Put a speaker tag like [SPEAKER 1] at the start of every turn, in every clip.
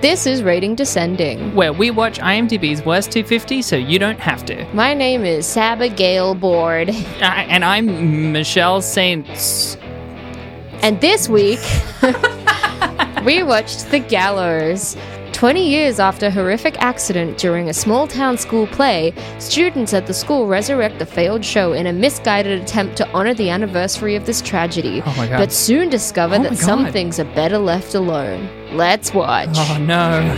[SPEAKER 1] This is Rating Descending.
[SPEAKER 2] where we watch IMDb's worst 250 so you don't have to.
[SPEAKER 1] My name is Saba Gale Board,
[SPEAKER 2] I, and I'm Michelle Saints.
[SPEAKER 1] and this week we watched The Gallows. 20 years after a horrific accident during a small town school play, students at the school resurrect the failed show in a misguided attempt to honor the anniversary of this tragedy,
[SPEAKER 2] Oh my God.
[SPEAKER 1] but soon discover
[SPEAKER 2] Oh my
[SPEAKER 1] that some
[SPEAKER 2] God.
[SPEAKER 1] things are better left alone. Let's watch.
[SPEAKER 2] Oh no.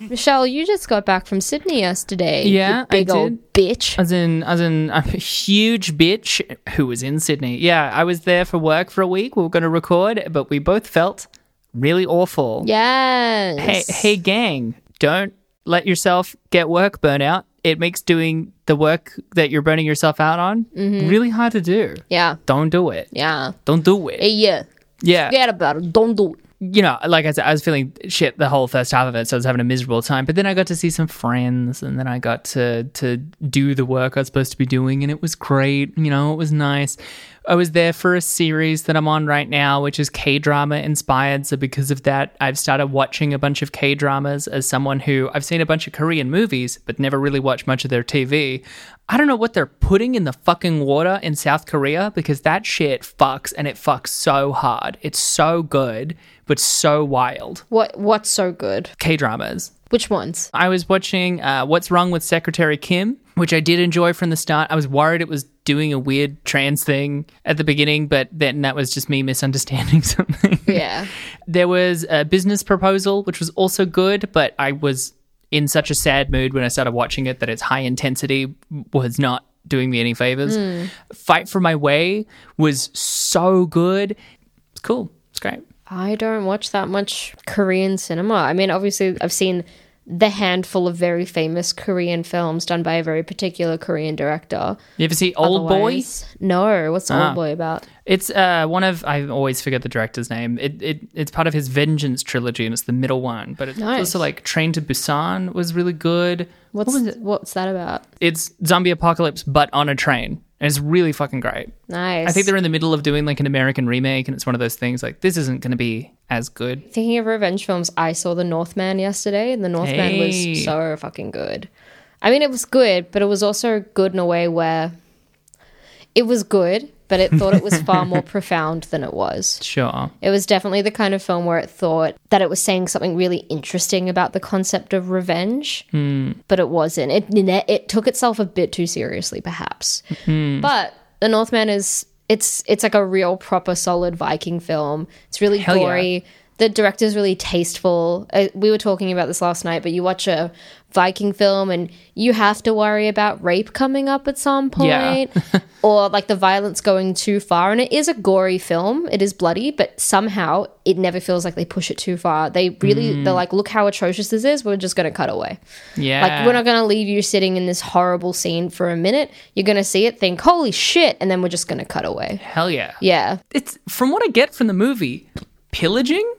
[SPEAKER 1] Michelle, you just got back from Sydney yesterday. you
[SPEAKER 2] Yeah, I Uh,
[SPEAKER 1] big old bitch.
[SPEAKER 2] As in, as in, I'm a huge bitch who was in Sydney. Yeah, I was there for work for a week. We were going to record, but we both felt really awful.
[SPEAKER 1] Yes.
[SPEAKER 2] Hey, hey, gang, don't let yourself get work burnout. It makes doing the work that you're burning yourself out on really hard to do.
[SPEAKER 1] Yeah.
[SPEAKER 2] Don't do it.
[SPEAKER 1] Mm-hmm. Yeah.
[SPEAKER 2] Don't do it.
[SPEAKER 1] Hey, yeah.
[SPEAKER 2] yeah.
[SPEAKER 1] Forget about it. Don't do it.
[SPEAKER 2] You know, like I said, I was feeling shit the whole first half of it, so I was having a miserable time. But then I got to see some friends, and then I got to to do the work I was supposed to be doing, and it was great. You know, it was nice. I was there for a series that I'm on right now, which is K drama inspired. So because of that, I've started watching a bunch of K dramas. As someone who I've seen a bunch of Korean movies, but never really watched much of their TV. I don't know what they're putting in the fucking water in South Korea because that shit fucks and it fucks so hard. It's so good, but so wild.
[SPEAKER 1] What what's so good?
[SPEAKER 2] K dramas.
[SPEAKER 1] Which ones?
[SPEAKER 2] I was watching uh, What's Wrong with Secretary Kim, which I did enjoy from the start. I was worried it was doing a weird trans thing at the beginning, but then that was just me misunderstanding something.
[SPEAKER 1] Yeah.
[SPEAKER 2] There was a business proposal, which was also good, but I was in such a sad mood when I started watching it that its high intensity was not doing me any favors.
[SPEAKER 1] Hmm.
[SPEAKER 2] Fight for My Way was so good. It's cool. It's great.
[SPEAKER 1] I don't watch that much Korean cinema. I mean, obviously I've seen the handful of very famous Korean films done by a very particular Korean director.
[SPEAKER 2] You ever see Old Boy?
[SPEAKER 1] Otherwise- No. What's
[SPEAKER 2] Ah.
[SPEAKER 1] Old Boy about?
[SPEAKER 2] It's uh, one of I always forget the director's name. It, it it's part of his Vengeance trilogy, and it's the middle one. But it's
[SPEAKER 1] Nice.
[SPEAKER 2] also like Train to Busan was really good.
[SPEAKER 1] What's what's that about?
[SPEAKER 2] It's zombie apocalypse, but on a train, and it's really fucking great.
[SPEAKER 1] Nice.
[SPEAKER 2] I think they're in the middle of doing like an American remake, and it's one of those things like this isn't going to be as good.
[SPEAKER 1] Thinking of revenge films, I saw The Northman yesterday, and The Northman
[SPEAKER 2] Hey.
[SPEAKER 1] was so fucking good. I mean, it was good, but it was also good in a way where it was good, but it thought it was far more profound than it was.
[SPEAKER 2] Sure.
[SPEAKER 1] It was definitely the kind of film where it thought that it was saying something really interesting about the concept of revenge,
[SPEAKER 2] Hmm.
[SPEAKER 1] but it wasn't. It it took itself a bit too seriously, perhaps.
[SPEAKER 2] Hmm.
[SPEAKER 1] But The Northman is it's it's like a real proper solid Viking film. It's really
[SPEAKER 2] Hell yeah.
[SPEAKER 1] gory. The director's really tasteful. Uh, we were talking about this last night, but you watch a Viking film and you have to worry about rape coming up at some point
[SPEAKER 2] Yeah.
[SPEAKER 1] or like the violence going too far. And it is a gory film, it is bloody, but somehow it never feels like they push it too far. They really, they're like, look how atrocious this is. We're just going to cut away.
[SPEAKER 2] Yeah.
[SPEAKER 1] Like, we're not going to leave you sitting in this horrible scene for a minute. You're going to see it, think, holy shit. And then we're just going to cut away.
[SPEAKER 2] Hell yeah.
[SPEAKER 1] Yeah.
[SPEAKER 2] It's from what I get from the movie, pillaging,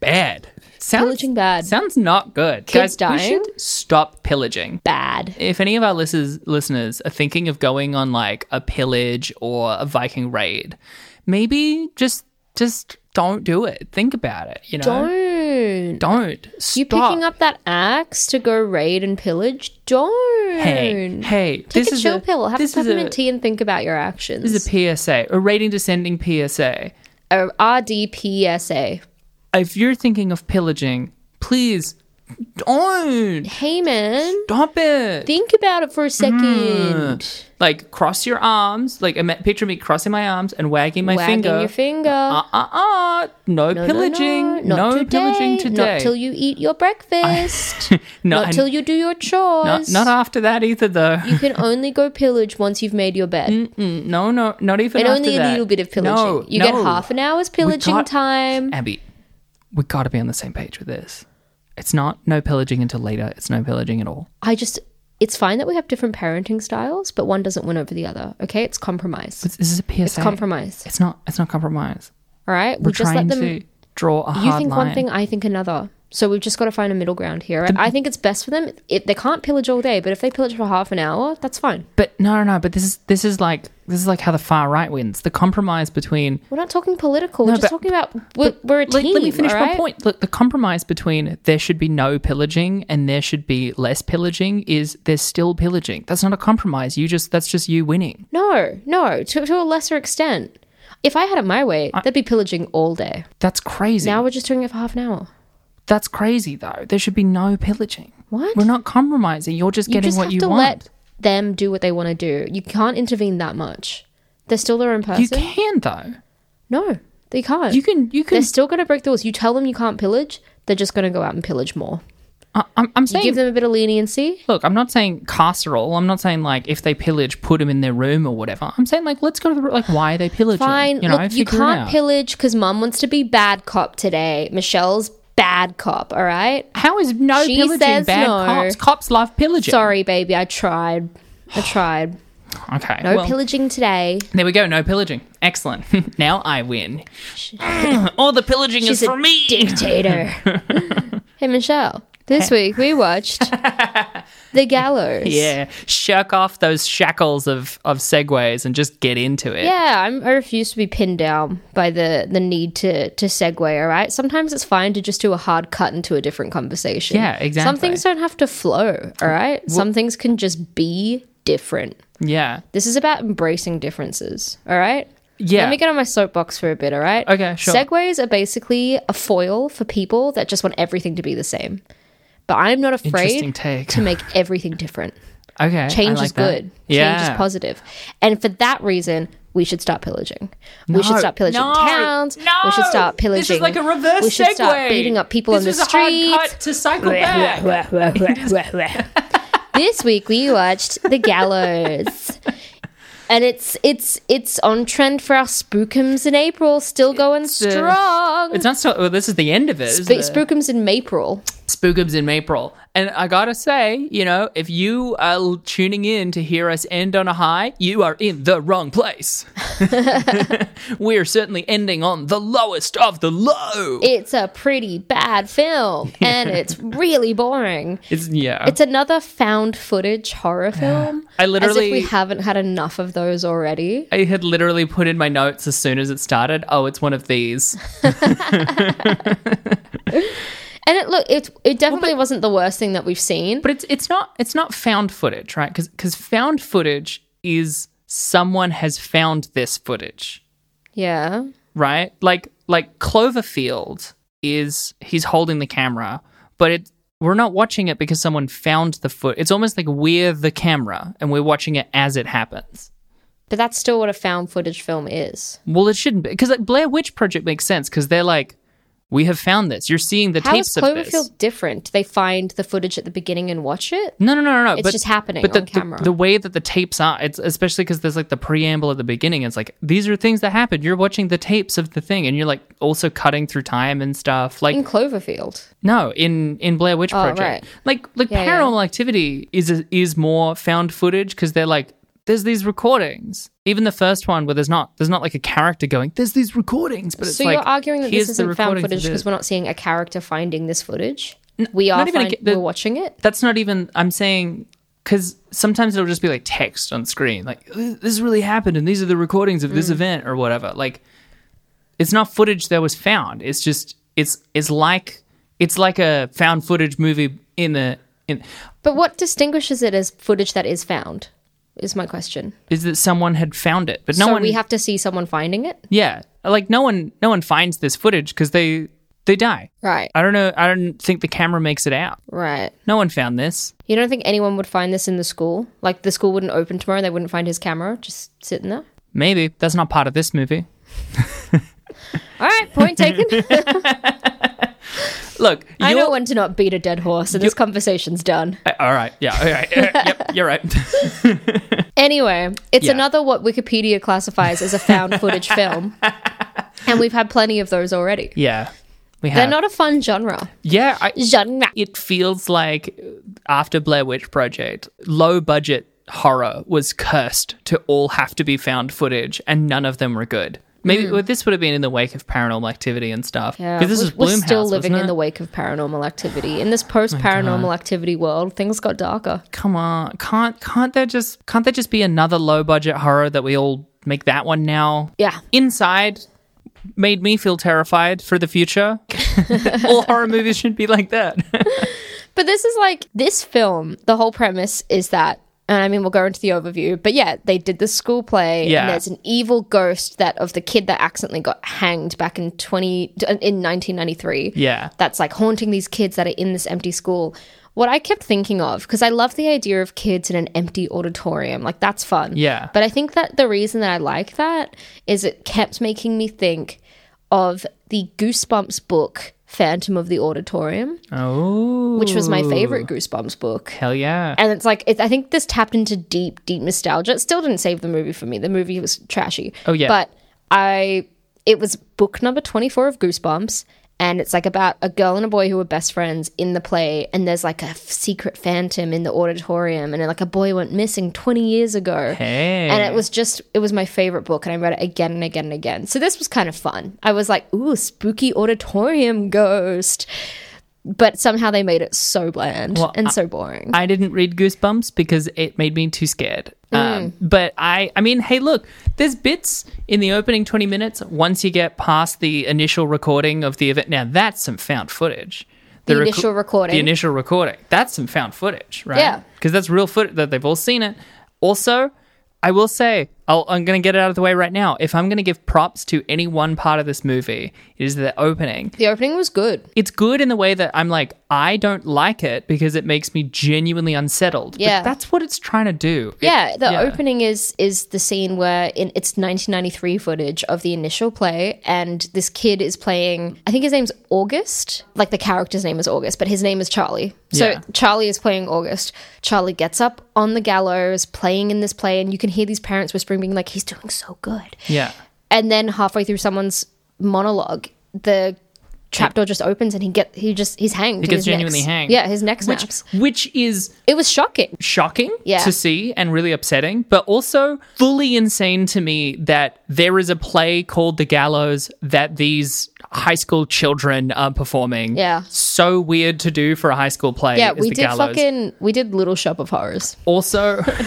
[SPEAKER 2] bad. Sounds,
[SPEAKER 1] Pillaging bad.
[SPEAKER 2] Sounds not good.
[SPEAKER 1] Kids
[SPEAKER 2] Guys,
[SPEAKER 1] dying?
[SPEAKER 2] We should stop pillaging.
[SPEAKER 1] Bad.
[SPEAKER 2] If any of our listeners listeners are thinking of going on like a pillage or a Viking raid, maybe just just don't do it. Think about it. You know.
[SPEAKER 1] Don't.
[SPEAKER 2] Don't. Stop.
[SPEAKER 1] You picking up that axe to go raid and pillage? Don't.
[SPEAKER 2] Hey, hey,
[SPEAKER 1] Take
[SPEAKER 2] this
[SPEAKER 1] a
[SPEAKER 2] is
[SPEAKER 1] chill pill. Have a
[SPEAKER 2] this is
[SPEAKER 1] peppermint tea and think about your actions.
[SPEAKER 2] This is a PSA, a rating descending PSA.
[SPEAKER 1] a RDPSA.
[SPEAKER 2] If you're thinking of pillaging, please don't
[SPEAKER 1] Hey man,
[SPEAKER 2] stop it.
[SPEAKER 1] think about it for a second.
[SPEAKER 2] like cross your arms, like ima- picture me crossing my arms and wagging my
[SPEAKER 1] Wagging
[SPEAKER 2] finger.
[SPEAKER 1] your finger.
[SPEAKER 2] uh uh uh. No, pillaging. No,
[SPEAKER 1] not
[SPEAKER 2] pillaging today.
[SPEAKER 1] Not till you eat your breakfast.
[SPEAKER 2] No,
[SPEAKER 1] not
[SPEAKER 2] and-
[SPEAKER 1] till you do your
[SPEAKER 2] not,
[SPEAKER 1] chores.
[SPEAKER 2] not after that either, though.
[SPEAKER 1] you can only go pillage once you've made your bed,
[SPEAKER 2] No, no, Mm, not even
[SPEAKER 1] and
[SPEAKER 2] after
[SPEAKER 1] only a
[SPEAKER 2] that.
[SPEAKER 1] little bit of pillaging.
[SPEAKER 2] No,
[SPEAKER 1] you
[SPEAKER 2] no.
[SPEAKER 1] get half an hour's pillaging
[SPEAKER 2] got-
[SPEAKER 1] time.
[SPEAKER 2] Abby, we got to be on the same page with this. It's not no pillaging until later. It's no pillaging at all.
[SPEAKER 1] I just. It's fine that we have different parenting styles, but one doesn't win over the other. Okay, it's compromise.
[SPEAKER 2] This is a PSA.
[SPEAKER 1] It's compromise.
[SPEAKER 2] It's not. It's not compromise.
[SPEAKER 1] All right,
[SPEAKER 2] We're
[SPEAKER 1] we just let
[SPEAKER 2] trying
[SPEAKER 1] them.
[SPEAKER 2] to. draw a hard
[SPEAKER 1] You think
[SPEAKER 2] line.
[SPEAKER 1] one thing, I think another. So we've just got to find a middle ground here. I think it's best for them. It, they can't pillage all day, but if they pillage for half an hour, that's fine.
[SPEAKER 2] But no, no, no. But this is this is like this is like how the far right wins. The compromise between
[SPEAKER 1] We're not talking political. We're
[SPEAKER 2] No,
[SPEAKER 1] just
[SPEAKER 2] but-
[SPEAKER 1] talking about we're, we're a
[SPEAKER 2] Let-
[SPEAKER 1] team.
[SPEAKER 2] Let, me finish
[SPEAKER 1] all
[SPEAKER 2] my
[SPEAKER 1] right?
[SPEAKER 2] point. Look, the compromise between there should be no pillaging and there should be less pillaging is there's still pillaging. That's not a compromise. You just that's just you winning.
[SPEAKER 1] No, no, to, to a lesser extent. If I had it my way, they'd be pillaging all day.
[SPEAKER 2] That's crazy.
[SPEAKER 1] Now we're just doing it for half an hour.
[SPEAKER 2] that's crazy though. There should be no pillaging.
[SPEAKER 1] What?
[SPEAKER 2] We're not compromising. You're just
[SPEAKER 1] you
[SPEAKER 2] getting
[SPEAKER 1] just
[SPEAKER 2] what
[SPEAKER 1] have
[SPEAKER 2] you
[SPEAKER 1] to
[SPEAKER 2] want.
[SPEAKER 1] let them do what they want to do. You can't intervene that much. They're still their own person.
[SPEAKER 2] you can though.
[SPEAKER 1] no, they can't.
[SPEAKER 2] You can. You
[SPEAKER 1] They're
[SPEAKER 2] can.
[SPEAKER 1] still going to break the rules. You tell them you can't pillage, they're just going to go out and pillage more.
[SPEAKER 2] I, I'm, I'm
[SPEAKER 1] You
[SPEAKER 2] saying
[SPEAKER 1] give them a bit of leniency.
[SPEAKER 2] Look, I'm not saying carceral. I'm not saying like if they pillage, put them in their room or whatever. I'm saying like let's go to the like why are they pillaging?
[SPEAKER 1] Fine.
[SPEAKER 2] you know,
[SPEAKER 1] Look, you
[SPEAKER 2] figure it
[SPEAKER 1] can't
[SPEAKER 2] out.
[SPEAKER 1] pillage because mum wants to be bad cop today. Michelle's bad cop, all right?
[SPEAKER 2] How is no
[SPEAKER 1] She
[SPEAKER 2] pillaging
[SPEAKER 1] says
[SPEAKER 2] bad?
[SPEAKER 1] no.
[SPEAKER 2] Cops, cops love pillaging.
[SPEAKER 1] Sorry, baby. I tried. I tried.
[SPEAKER 2] Okay.
[SPEAKER 1] No
[SPEAKER 2] well,
[SPEAKER 1] pillaging today.
[SPEAKER 2] there we go. No pillaging. Excellent. now I win. All the pillaging
[SPEAKER 1] She's
[SPEAKER 2] is
[SPEAKER 1] a
[SPEAKER 2] for me.
[SPEAKER 1] dictator. hey, Michelle. This week we watched The Gallows.
[SPEAKER 2] Yeah. Shirk off those shackles of of segues and just get into it.
[SPEAKER 1] Yeah, I'm, I refuse to be pinned down by the, the need to, to segue, all right? Sometimes it's fine to just do a hard cut into a different conversation.
[SPEAKER 2] Yeah, exactly.
[SPEAKER 1] Some things don't have to flow, all right? Some things can just be different.
[SPEAKER 2] Yeah.
[SPEAKER 1] This is about embracing differences, all right?
[SPEAKER 2] Yeah.
[SPEAKER 1] Let me get on my soapbox for a bit, all right?
[SPEAKER 2] Okay, sure.
[SPEAKER 1] Segways are basically a foil for people that just want everything to be the same. But I'm not
[SPEAKER 2] Interesting
[SPEAKER 1] afraid
[SPEAKER 2] take.
[SPEAKER 1] to make everything different.
[SPEAKER 2] Okay.
[SPEAKER 1] Change
[SPEAKER 2] I like
[SPEAKER 1] is
[SPEAKER 2] that.
[SPEAKER 1] good.
[SPEAKER 2] Yeah.
[SPEAKER 1] Change is positive. And for that reason, we should stop pillaging. we should
[SPEAKER 2] No.
[SPEAKER 1] stop pillaging
[SPEAKER 2] No.
[SPEAKER 1] towns. we should
[SPEAKER 2] No.
[SPEAKER 1] stop pillaging.
[SPEAKER 2] This is like a reverse
[SPEAKER 1] We should
[SPEAKER 2] segue.
[SPEAKER 1] stop beating up people
[SPEAKER 2] this
[SPEAKER 1] on the
[SPEAKER 2] is a hard
[SPEAKER 1] streets.
[SPEAKER 2] cut to cycle back.
[SPEAKER 1] this week we watched The Gallows. And it's it's it's on trend for our spookums in April, still going
[SPEAKER 2] uh,
[SPEAKER 1] strong.
[SPEAKER 2] It's not so. Well, this is the end of it.
[SPEAKER 1] Sp-
[SPEAKER 2] Sp-
[SPEAKER 1] spookums in April.
[SPEAKER 2] Spookums in April, and I gotta say, you know, if you are l- tuning in to hear us end on a high, you are in the wrong place. we are certainly ending on the lowest of the low.
[SPEAKER 1] It's a pretty bad film, and it's really boring.
[SPEAKER 2] it's yeah.
[SPEAKER 1] It's another found footage horror film.
[SPEAKER 2] I
[SPEAKER 1] as if
[SPEAKER 2] literally-
[SPEAKER 1] we haven't had enough of those already.
[SPEAKER 2] I had literally put in my notes as soon as it started. Oh, it's one of these.
[SPEAKER 1] And it look, it it definitely wasn't the worst thing that we've seen.
[SPEAKER 2] But it's it's not it's not found footage, right? Because found footage is someone has found this footage.
[SPEAKER 1] yeah,
[SPEAKER 2] right? Like like Cloverfield is he's holding the camera, but it we're not watching it because someone found the foot. It's almost like we're the camera and we're watching it as it happens.
[SPEAKER 1] but that's still what a found footage film is.
[SPEAKER 2] Well, it shouldn't be because like Blair Witch Project makes sense because they're like, we have found this. You're seeing the
[SPEAKER 1] How is
[SPEAKER 2] tapes of this.
[SPEAKER 1] Cloverfield different? Do they find the footage at the beginning and watch it?
[SPEAKER 2] No, no, no, no, no. It's
[SPEAKER 1] just happening
[SPEAKER 2] but the,
[SPEAKER 1] on
[SPEAKER 2] the-
[SPEAKER 1] camera.
[SPEAKER 2] The, way that the tapes are, it's especially because there's like the preamble at the beginning. It's like these are things that happened. You're watching the tapes of the thing, and you're like also cutting through time and stuff. Like
[SPEAKER 1] In Cloverfield,
[SPEAKER 2] No, in in Blair Witch Project,
[SPEAKER 1] Oh, right.
[SPEAKER 2] like like
[SPEAKER 1] Yeah, yeah.
[SPEAKER 2] Paranormal Activity is is more found footage because they're like there's these recordings. Even the first one where there's not there's not like a character going there's these recordings, but it's
[SPEAKER 1] so
[SPEAKER 2] like
[SPEAKER 1] you're arguing that
[SPEAKER 2] here's
[SPEAKER 1] this
[SPEAKER 2] the
[SPEAKER 1] isn't found
[SPEAKER 2] recordings of
[SPEAKER 1] footage because
[SPEAKER 2] this.
[SPEAKER 1] we're not seeing a character finding this footage. we are
[SPEAKER 2] not even a
[SPEAKER 1] find-
[SPEAKER 2] ca- the-
[SPEAKER 1] we're watching it.
[SPEAKER 2] that's not even I'm saying because sometimes it'll just be like text on screen like this really happened and these are the recordings of
[SPEAKER 1] Mm.
[SPEAKER 2] this event or whatever. Like it's not footage that was found. It's just it's it's like it's like a found footage movie in the in
[SPEAKER 1] But what distinguishes it as footage that is found? Is my question.
[SPEAKER 2] is that someone had found it, but no
[SPEAKER 1] so
[SPEAKER 2] one.
[SPEAKER 1] we have to see someone finding it,
[SPEAKER 2] yeah, like no one, no one finds this footage because they they die.
[SPEAKER 1] right?
[SPEAKER 2] I don't know. I don't think the camera makes it out.
[SPEAKER 1] Right.
[SPEAKER 2] No one found this.
[SPEAKER 1] You don't think anyone would find this in the school? Like the school wouldn't open tomorrow, they wouldn't find his camera just sitting there.
[SPEAKER 2] Maybe that's not part of this movie.
[SPEAKER 1] All right, point taken.
[SPEAKER 2] Look,
[SPEAKER 1] I
[SPEAKER 2] you're-
[SPEAKER 1] know when to not beat a dead horse, and this conversation's done.
[SPEAKER 2] Uh, All right. Yeah. All right. Uh, yep. You're right.
[SPEAKER 1] Anyway, it's
[SPEAKER 2] Yeah.
[SPEAKER 1] another what Wikipedia classifies as a found footage film, and we've had plenty of those already.
[SPEAKER 2] yeah. We have.
[SPEAKER 1] They're not a fun genre.
[SPEAKER 2] yeah. I,
[SPEAKER 1] Genre.
[SPEAKER 2] it feels like after Blair Witch Project, low budget horror was cursed to all have to be found footage, and none of them were good. Maybe well, this would have been in the wake of paranormal activity and stuff.
[SPEAKER 1] Mm. Yeah,
[SPEAKER 2] 'Cause this
[SPEAKER 1] we're,
[SPEAKER 2] is
[SPEAKER 1] we're
[SPEAKER 2] Bloomhouse,
[SPEAKER 1] still living
[SPEAKER 2] wasn't
[SPEAKER 1] in
[SPEAKER 2] it? Oh
[SPEAKER 1] the wake of paranormal activity. In this post paranormal activity world, things got darker.
[SPEAKER 2] Come on, can't can't there just can't there just be another low budget horror that we all make that one now?
[SPEAKER 1] Yeah.
[SPEAKER 2] Inside made me feel terrified for the future. all horror movies should be like that.
[SPEAKER 1] But this is like this film, the whole premise is that and I mean we'll go into the overview, but yeah, they did the school play
[SPEAKER 2] Yeah.
[SPEAKER 1] and there's an evil ghost that of the kid that accidentally got hanged back in 20 in 1993.
[SPEAKER 2] yeah.
[SPEAKER 1] That's like haunting these kids that are in this empty school. What I kept thinking of because I love the idea of kids in an empty auditorium. Like that's fun.
[SPEAKER 2] Yeah.
[SPEAKER 1] But I think that the reason that I like that is it kept making me think of the Goosebumps book Phantom of the Auditorium
[SPEAKER 2] Oh.
[SPEAKER 1] which was my favorite Goosebumps book.
[SPEAKER 2] Hell yeah.
[SPEAKER 1] And it's like, it, I think this tapped into deep, deep nostalgia. It still didn't save the movie for me. The movie was trashy.
[SPEAKER 2] Oh, yeah.
[SPEAKER 1] But I, it was book number 24 of Goosebumps. And it's like about a girl and a boy who are best friends in the play. And there's like a f- secret phantom in the auditorium. And like a boy went missing 20 years ago.
[SPEAKER 2] Hey.
[SPEAKER 1] And it was just, it was my favorite book, and I read it again and again and again. So this was kind of fun. I was like, ooh, spooky auditorium ghost. But somehow they made it so bland and so boring.
[SPEAKER 2] I didn't read Goosebumps because it made me too scared.
[SPEAKER 1] Mm.
[SPEAKER 2] Um, but I, I mean, hey, look, there's bits in the opening 20 minutes. Once you get past the initial recording of the event, now that's some found footage.
[SPEAKER 1] The
[SPEAKER 2] reco-
[SPEAKER 1] initial recording.
[SPEAKER 2] The initial recording. That's some found footage, right?
[SPEAKER 1] Yeah.
[SPEAKER 2] Because that's real footage that they've all seen it. Also, I will say, I'll, I'm going to get it out of the way right now. If I'm going to give props to any one part of this movie, it is the opening
[SPEAKER 1] the opening was good.
[SPEAKER 2] it's good in the way that I'm like, I don't like it because it makes me genuinely unsettled. But
[SPEAKER 1] Yeah.
[SPEAKER 2] that's what it's trying to do. It-
[SPEAKER 1] Yeah, the opening is is the scene where in, it's 1993 footage of the initial play, and this kid is playing. I think his name's August. Like the character's name is August, but his name is Charlie. So
[SPEAKER 2] Yeah.
[SPEAKER 1] Charlie is playing August. Charlie gets up on the gallows, playing in this play, and you can hear these parents whispering, being like, "He's doing so good."
[SPEAKER 2] Yeah.
[SPEAKER 1] And then halfway through someone's monologue, the trapdoor just opens, and he get he just he's hanged. He
[SPEAKER 2] gets genuinely hanged.
[SPEAKER 1] Yeah, his neck snaps.
[SPEAKER 2] Which is
[SPEAKER 1] it was shocking.
[SPEAKER 2] shocking
[SPEAKER 1] Yeah.
[SPEAKER 2] to see and really upsetting, but also fully insane to me that there is a play called The Gallows that these high school children are performing.
[SPEAKER 1] Yeah.
[SPEAKER 2] So weird to do for a high school play.
[SPEAKER 1] Yeah,
[SPEAKER 2] is
[SPEAKER 1] we
[SPEAKER 2] The
[SPEAKER 1] did
[SPEAKER 2] Gallows.
[SPEAKER 1] fucking we did Little Shop of Horrors.
[SPEAKER 2] Also, so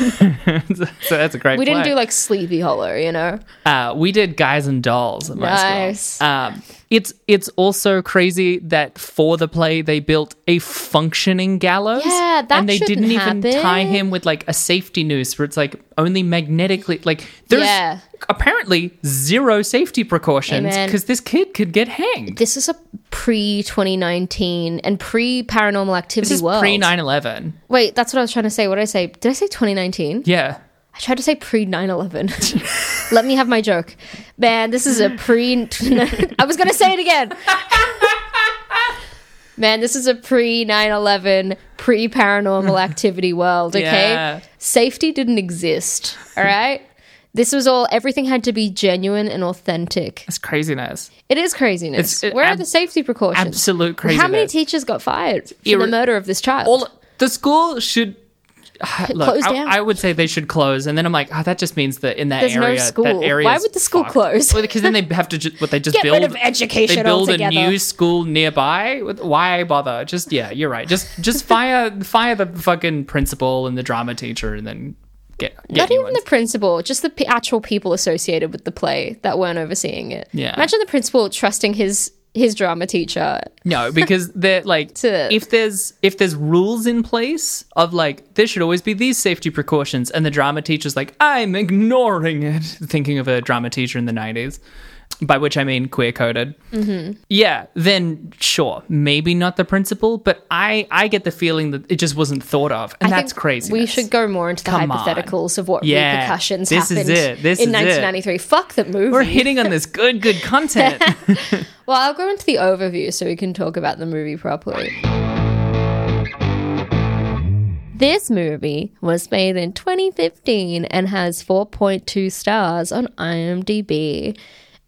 [SPEAKER 2] that's a great
[SPEAKER 1] We didn't
[SPEAKER 2] play.
[SPEAKER 1] do like Sleepy Hollow, you know.
[SPEAKER 2] Uh, we did Guys and Dolls at my
[SPEAKER 1] Nice.
[SPEAKER 2] school. Um, it's it's also crazy that for the play they built a functioning gallows.
[SPEAKER 1] Yeah, that
[SPEAKER 2] and they
[SPEAKER 1] shouldn't
[SPEAKER 2] didn't even
[SPEAKER 1] happen.
[SPEAKER 2] tie him with like a safety noose, where it's like only magnetically. Like there's
[SPEAKER 1] Yeah.
[SPEAKER 2] apparently zero safety precautions
[SPEAKER 1] Amen.
[SPEAKER 2] because this kid could get hanged.
[SPEAKER 1] This is a pre 2019 and pre paranormal activity
[SPEAKER 2] This is
[SPEAKER 1] world.
[SPEAKER 2] pre 9-11.
[SPEAKER 1] Wait, that's what I was trying to say. What did I say? Did I say 2019?
[SPEAKER 2] Yeah,
[SPEAKER 1] I tried to say pre 9 11. Let me have my joke. Man, this is a pre. I was going to say it again. Man, this is a pre 9 11, pre paranormal activity world, okay?
[SPEAKER 2] Yeah.
[SPEAKER 1] Safety didn't exist, all right? This was all, everything had to be genuine and authentic.
[SPEAKER 2] it's craziness.
[SPEAKER 1] It is craziness.
[SPEAKER 2] It's- it-
[SPEAKER 1] Where are
[SPEAKER 2] ab-
[SPEAKER 1] the safety precautions?
[SPEAKER 2] absolute
[SPEAKER 1] How many
[SPEAKER 2] craziness.
[SPEAKER 1] teachers got fired for
[SPEAKER 2] irri-
[SPEAKER 1] the murder of this child?
[SPEAKER 2] All the school should. Look,
[SPEAKER 1] Close
[SPEAKER 2] I-
[SPEAKER 1] down.
[SPEAKER 2] I, would say they should close, and then I'm like, oh, that just means that in that
[SPEAKER 1] There's no
[SPEAKER 2] area,
[SPEAKER 1] school.
[SPEAKER 2] that area.
[SPEAKER 1] Why
[SPEAKER 2] is
[SPEAKER 1] would the school
[SPEAKER 2] fucked.
[SPEAKER 1] close?
[SPEAKER 2] Well, because then they have to ju- what they just
[SPEAKER 1] Get
[SPEAKER 2] build
[SPEAKER 1] rid of education
[SPEAKER 2] They build
[SPEAKER 1] altogether.
[SPEAKER 2] a new school nearby. With- Why bother? Just yeah, you're right. Just just fire fire the fucking principal and the drama teacher, and then get, get
[SPEAKER 1] Not
[SPEAKER 2] new
[SPEAKER 1] even
[SPEAKER 2] ones.
[SPEAKER 1] the principal, just the p- actual people associated with the play that weren't overseeing it.
[SPEAKER 2] Yeah.
[SPEAKER 1] Imagine the principal trusting his his drama teacher.
[SPEAKER 2] No, because they're like
[SPEAKER 1] To-
[SPEAKER 2] if there's if there's rules in place of like there should always be these safety precautions, and the drama teacher's like I'm ignoring it, thinking of a drama teacher in the '90s, by which I mean queer coded.
[SPEAKER 1] Mm-hmm.
[SPEAKER 2] Yeah, then sure, maybe not the principal, but I I get the feeling that it just wasn't thought of, and
[SPEAKER 1] I
[SPEAKER 2] that's
[SPEAKER 1] think
[SPEAKER 2] crazy.
[SPEAKER 1] We should go more into the
[SPEAKER 2] Come on.
[SPEAKER 1] hypotheticals of what
[SPEAKER 2] Yeah.
[SPEAKER 1] repercussions
[SPEAKER 2] This is
[SPEAKER 1] happened
[SPEAKER 2] it. This
[SPEAKER 1] in
[SPEAKER 2] is it.
[SPEAKER 1] 1993. Fuck the movie.
[SPEAKER 2] We're hitting on this good good content.
[SPEAKER 1] well, I'll go into the overview so we can talk about the movie properly. This movie was made in 2015 and has 4.2 stars on IMDb.